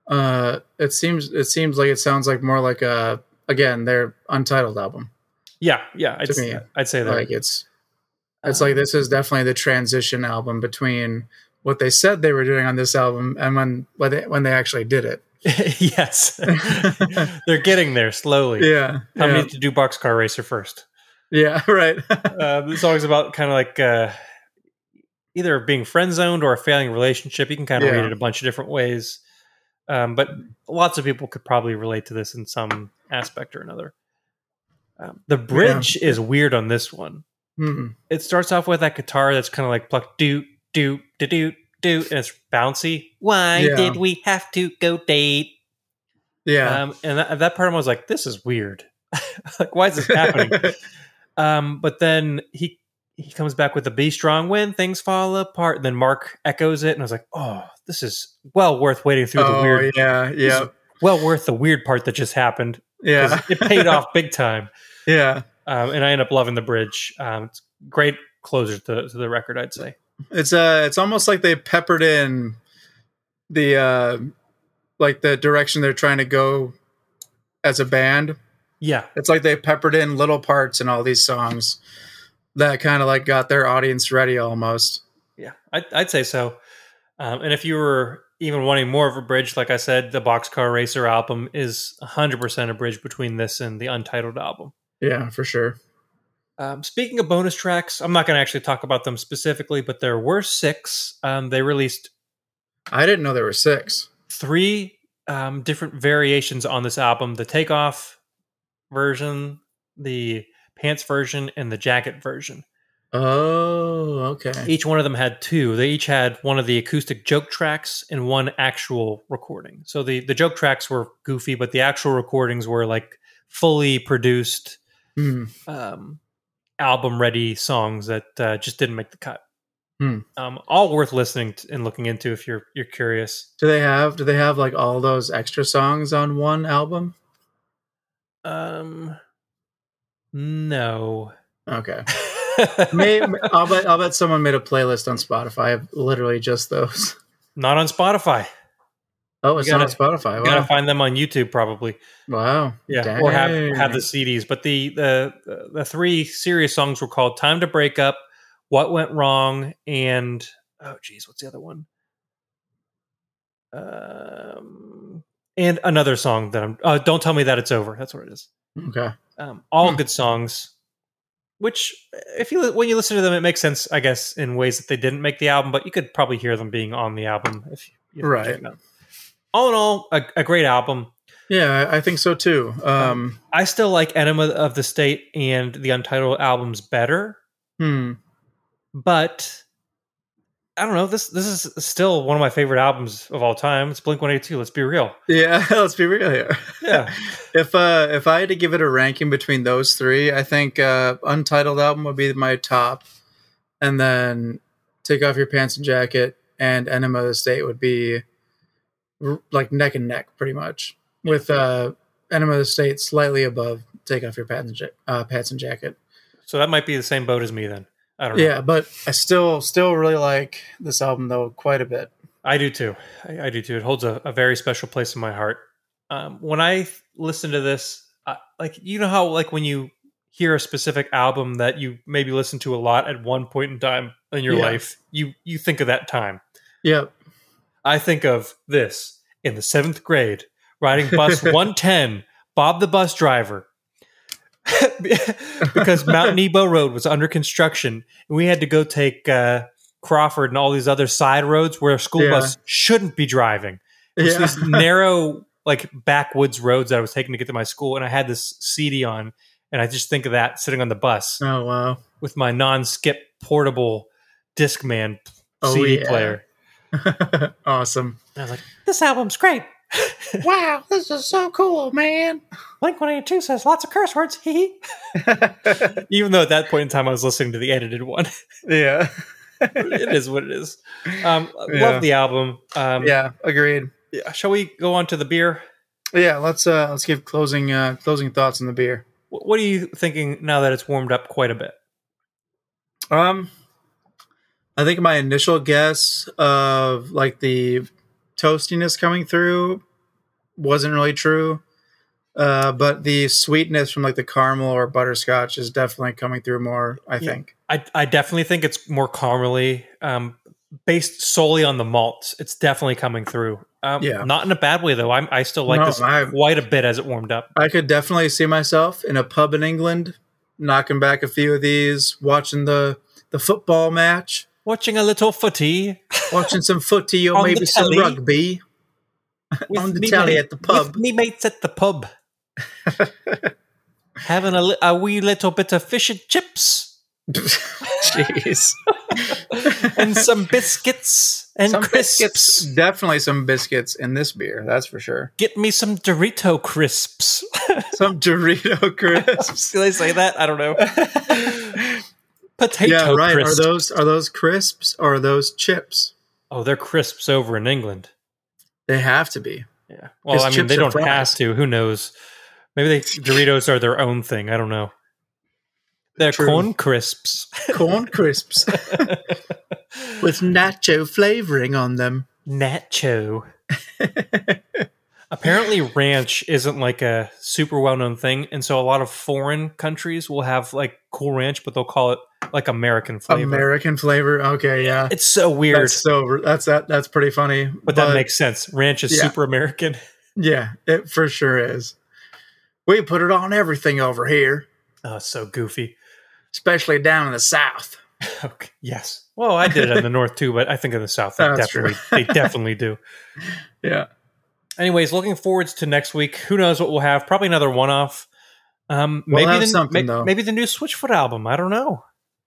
Speaker 3: uh it seems it seems like it sounds like more like a again, their untitled album.
Speaker 2: Yeah, yeah, I'd,
Speaker 3: To me,
Speaker 2: I'd say that.
Speaker 3: like it's it's like this is definitely the transition album between what they said they were doing on this album and when when they, when they actually did it
Speaker 2: yes, they're getting there slowly.
Speaker 3: yeah
Speaker 2: How
Speaker 3: yeah,
Speaker 2: many to do Boxcar Racer first?
Speaker 3: yeah right
Speaker 2: Uh, the song's about kind of like uh, either being friend zoned or a failing relationship. You can kind of
Speaker 3: Yeah.
Speaker 2: read it a bunch of different ways, um, but lots of people could probably relate to this in some aspect or another. Um, the bridge is weird on this one.
Speaker 3: Hmm.
Speaker 2: It starts off with that guitar that's kind of like plucked do do do do do, and it's bouncy. Why
Speaker 3: Yeah.
Speaker 2: did we have to go date?
Speaker 3: yeah
Speaker 2: Um, and that, that part of me was like, this is weird. like, why is this happening? Um, but then he he comes back with the be strong when things fall apart. And then Mark echoes it, and I was like, oh, this is well worth waiting through the
Speaker 3: oh
Speaker 2: weird,
Speaker 3: yeah yeah
Speaker 2: well worth the weird part that just happened. 'Cause
Speaker 3: yeah
Speaker 2: it paid off big time.
Speaker 3: yeah
Speaker 2: Um, and I end up loving the bridge. Um, it's a great closer to, to the record, I'd say.
Speaker 3: It's uh it's almost like they peppered in the uh like the direction they're trying to go as a band.
Speaker 2: Yeah,
Speaker 3: It's like they peppered in little parts in all these songs that kind of like got their audience ready almost.
Speaker 2: yeah, I'd, I'd say so. Um, and if you were even wanting more of a bridge, like I said, the Boxcar Racer album is 100% a bridge between this and the Untitled album.
Speaker 3: Yeah, for sure.
Speaker 2: Um, speaking of bonus tracks, I'm not going to actually talk about them specifically, but there were six. Um, they released
Speaker 3: I didn't know there were six.
Speaker 2: three um, different variations on this album the takeoff version, the pants version, and the jacket version.
Speaker 3: Oh, okay.
Speaker 2: Each one of them had two. They each had one of the acoustic joke tracks and one actual recording. So the, the joke tracks were goofy, but the actual recordings were like fully produced,
Speaker 3: Hmm.
Speaker 2: um, album ready songs that uh, just didn't make the cut.
Speaker 3: Hmm.
Speaker 2: Um, all worth listening to and looking into if you're you're curious.
Speaker 3: Do they have do they have like all those extra songs on one album?
Speaker 2: Um, no,
Speaker 3: Okay. May, I'll bet I'll bet someone made a playlist on Spotify of literally just those.
Speaker 2: not on Spotify.
Speaker 3: Oh, it's
Speaker 2: You gotta-
Speaker 3: not on Spotify.
Speaker 2: You gotta
Speaker 3: Wow.
Speaker 2: find them on YouTube probably.
Speaker 3: wow.
Speaker 2: Yeah, or have
Speaker 3: Dang.
Speaker 2: have the CDs. But the the the three serious songs were called "Time to Break Up," "What Went Wrong," and oh geez, what's the other one? Um, and another song that I'm. Uh, Don't tell me that it's over. That's what it is.
Speaker 3: Okay.
Speaker 2: Um, all
Speaker 3: Hmm.
Speaker 2: good songs. Which, if you li- when you listen to them, it makes sense, I guess, in ways that they didn't make the album, but you could probably hear them being on the album if you, you
Speaker 3: Right.
Speaker 2: check it out. All in all, a, a great album.
Speaker 3: Yeah, I I think so too. Um,
Speaker 2: I still like Enema of the State and the Untitled albums better,
Speaker 3: hmm.
Speaker 2: but I don't know. This this is still one of my favorite albums of all time. It's Blink One Eighty Two. Let's be real.
Speaker 3: Yeah, let's be real here.
Speaker 2: Yeah,
Speaker 3: If uh if I had to give it a ranking between those three, I think uh Untitled album would be my top. And then Take Off Your Pants and Jacket and Enema of the State would be r- like neck and neck pretty much. With uh Enema of the State slightly above Take Off Your Pants and, ja- uh, pants and Jacket.
Speaker 2: so that might be the same boat as me then. I don't know.
Speaker 3: Yeah, but I still still really like this album though quite a bit.
Speaker 2: I do too. I, I do too. It holds a, a very special place in my heart. Um, when I th- listen to this, I, like you know how like when you hear a specific album that you maybe listen to a lot at one point in time in your
Speaker 3: Yeah.
Speaker 2: life, you you think of that time.
Speaker 3: Yep.
Speaker 2: I think of this in the seventh grade, riding bus 110, Bob the bus driver. because Mount Nebo Road was under construction, and we had to go take uh, Crawford and all these other side roads where a school
Speaker 3: Yeah.
Speaker 2: bus shouldn't be driving. It was
Speaker 3: Yeah.
Speaker 2: these narrow, like backwoods roads that I was taking to get to my school, and I had this CD on, and I just think of that sitting on the bus
Speaker 3: Oh wow.
Speaker 2: with my non-skip portable Discman
Speaker 3: Oh,
Speaker 2: CD
Speaker 3: yeah.
Speaker 2: player.
Speaker 3: awesome.
Speaker 2: And I was like, "This album's great."
Speaker 3: Wow, this is so cool, man.
Speaker 2: Blink 182 says lots of curse words. Hee hee. Even though at that point in time I was listening to the edited one,
Speaker 3: yeah.
Speaker 2: it is what it is. Um,
Speaker 3: Yeah.
Speaker 2: Love the album. Um,
Speaker 3: Yeah, agreed.
Speaker 2: yeah, Shall we go on to the beer?
Speaker 3: Yeah, let's uh let's give closing uh closing thoughts on the beer.
Speaker 2: Wh- What are you thinking now that it's warmed up quite a bit?
Speaker 3: Um I think my initial guess of like the toastiness coming through wasn't really true. Uh but the sweetness from like the caramel or butterscotch is definitely coming through more, I
Speaker 2: Yeah.
Speaker 3: think.
Speaker 2: I, I definitely think it's more caramely, um, based solely on the malts. It's definitely coming through. Um,
Speaker 3: Yeah.
Speaker 2: Not in a bad way though. I'm, I still like
Speaker 3: No,
Speaker 2: this
Speaker 3: I-
Speaker 2: quite a bit as it warmed up.
Speaker 3: I could definitely see myself in a pub in England knocking back a few of these, watching the the football match.
Speaker 2: Watching a little footy
Speaker 3: watching some footy or
Speaker 2: On
Speaker 3: maybe
Speaker 2: the
Speaker 3: some
Speaker 2: telly.
Speaker 3: rugby.
Speaker 2: with
Speaker 3: On the
Speaker 2: me
Speaker 3: telly
Speaker 2: mate-
Speaker 3: at the pub.
Speaker 2: With me mates at the pub. Having a, li- a wee little bit of fish and chips
Speaker 3: Jeez,
Speaker 2: and some biscuits and
Speaker 3: some
Speaker 2: crisps.
Speaker 3: biscuits. Definitely some biscuits in this beer. That's for sure.
Speaker 2: Get me some Dorito crisps.
Speaker 3: Some Dorito crisps.
Speaker 2: Do they say that? I don't know. Potato
Speaker 3: yeah, right.
Speaker 2: crisps.
Speaker 3: Are those are those crisps or are those chips?
Speaker 2: oh, they're crisps over in England.
Speaker 3: They have to be.
Speaker 2: Yeah. Well,
Speaker 3: Because
Speaker 2: I mean,
Speaker 3: chips
Speaker 2: they
Speaker 3: are
Speaker 2: don't
Speaker 3: fries.
Speaker 2: have to. Who knows? Maybe they Doritos are their own thing. I don't know. They're
Speaker 3: True.
Speaker 2: corn crisps.
Speaker 3: corn crisps with nacho flavoring on them.
Speaker 2: Nacho. Apparently, ranch isn't like a super well known thing. And so a lot of foreign countries will have like cool ranch, but they'll call it like American flavor.
Speaker 3: American flavor. Okay, yeah.
Speaker 2: it's so weird,
Speaker 3: That's so that's that that's pretty funny.
Speaker 2: but that makes sense. Ranch is
Speaker 3: Yeah.
Speaker 2: super American.
Speaker 3: yeah, it for sure is. We put it on everything over here,
Speaker 2: Oh, so goofy.
Speaker 3: especially down in the south.
Speaker 2: Okay. Yes. Well, I did it in the north too, but I think in the south they
Speaker 3: That's true.
Speaker 2: definitely they definitely do.
Speaker 3: Yeah.
Speaker 2: Anyways, looking forwards to next week. Who knows what we'll have? Probably another one off. Um,
Speaker 3: We'll
Speaker 2: maybe
Speaker 3: have
Speaker 2: the,
Speaker 3: something,
Speaker 2: may-
Speaker 3: though.
Speaker 2: Maybe the new Switchfoot album. I don't know.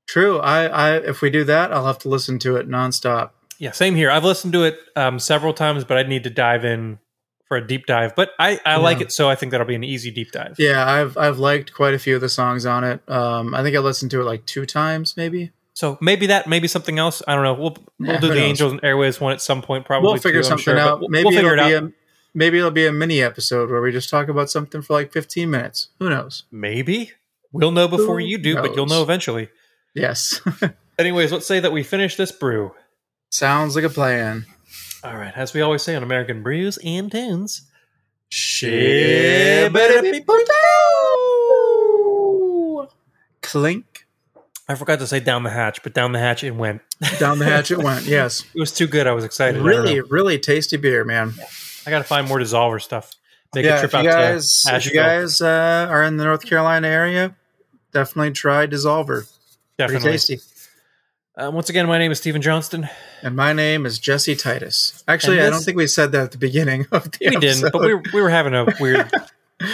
Speaker 3: True. I, I if we do that, I'll have to listen to it nonstop.
Speaker 2: Yeah, same here. I've listened to it um, several times, but I need to dive in for a deep dive. But I, I like
Speaker 3: Yeah.
Speaker 2: it, so I think that'll be an easy deep dive.
Speaker 3: Yeah, I've I've liked quite a few of the songs on it. Um, I think I listened to it like two times, maybe.
Speaker 2: So maybe that, maybe something else. I don't know. We'll we'll
Speaker 3: Yeah,
Speaker 2: do
Speaker 3: who
Speaker 2: the
Speaker 3: knows?
Speaker 2: Angels and Airways one at some point. Probably
Speaker 3: we'll figure
Speaker 2: too, I'm
Speaker 3: something
Speaker 2: sure, but
Speaker 3: out.
Speaker 2: We'll,
Speaker 3: maybe
Speaker 2: we'll figure it
Speaker 3: it'll
Speaker 2: out.
Speaker 3: be a maybe it'll be a mini episode where we just talk about something for like 15 minutes. Who knows?
Speaker 2: maybe we'll know before
Speaker 3: Who
Speaker 2: you do, but you'll
Speaker 3: knows?
Speaker 2: know eventually.
Speaker 3: Yes.
Speaker 2: Anyways, let's say that we finish this brew.
Speaker 3: Sounds like a plan.
Speaker 2: All right, as we always say on American Brews and Tunes.
Speaker 3: Clink.
Speaker 2: I forgot to say down the hatch, but down the hatch it went.
Speaker 3: Down the hatch it went. Yes.
Speaker 2: It was too good. I was excited. I don't
Speaker 3: Really,
Speaker 2: know.
Speaker 3: really tasty beer, man.
Speaker 2: I gotta find more dissolver stuff. Make a
Speaker 3: yeah,
Speaker 2: trip
Speaker 3: if
Speaker 2: out
Speaker 3: you guys,
Speaker 2: to
Speaker 3: if you
Speaker 2: Asheville.
Speaker 3: guys uh, are in the North Carolina area, definitely try Dissolver. Pretty
Speaker 2: Definitely.
Speaker 3: tasty.
Speaker 2: Uh, once again, my name is Stephen Johnston.
Speaker 3: And my name is Jesse Titus. Actually,
Speaker 2: And
Speaker 3: I
Speaker 2: this-
Speaker 3: don't think we said that at the beginning of the
Speaker 2: we didn't, but we were, we were having a weird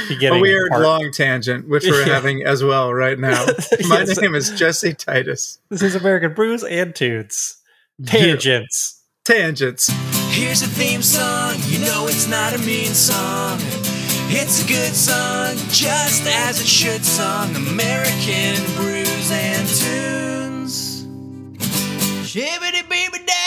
Speaker 2: beginning.
Speaker 3: a weird
Speaker 2: part.
Speaker 3: long tangent, which we're
Speaker 2: Yeah.
Speaker 3: having as well right now. My
Speaker 2: Yes.
Speaker 3: name is Jesse Titus.
Speaker 2: This is American Brews and Tunes. Tangents.
Speaker 3: Tangents.
Speaker 1: Here's a theme song, you know it's not a mean song. It's a good song, just as it should song. American brews and tunes. Shibbity beeby da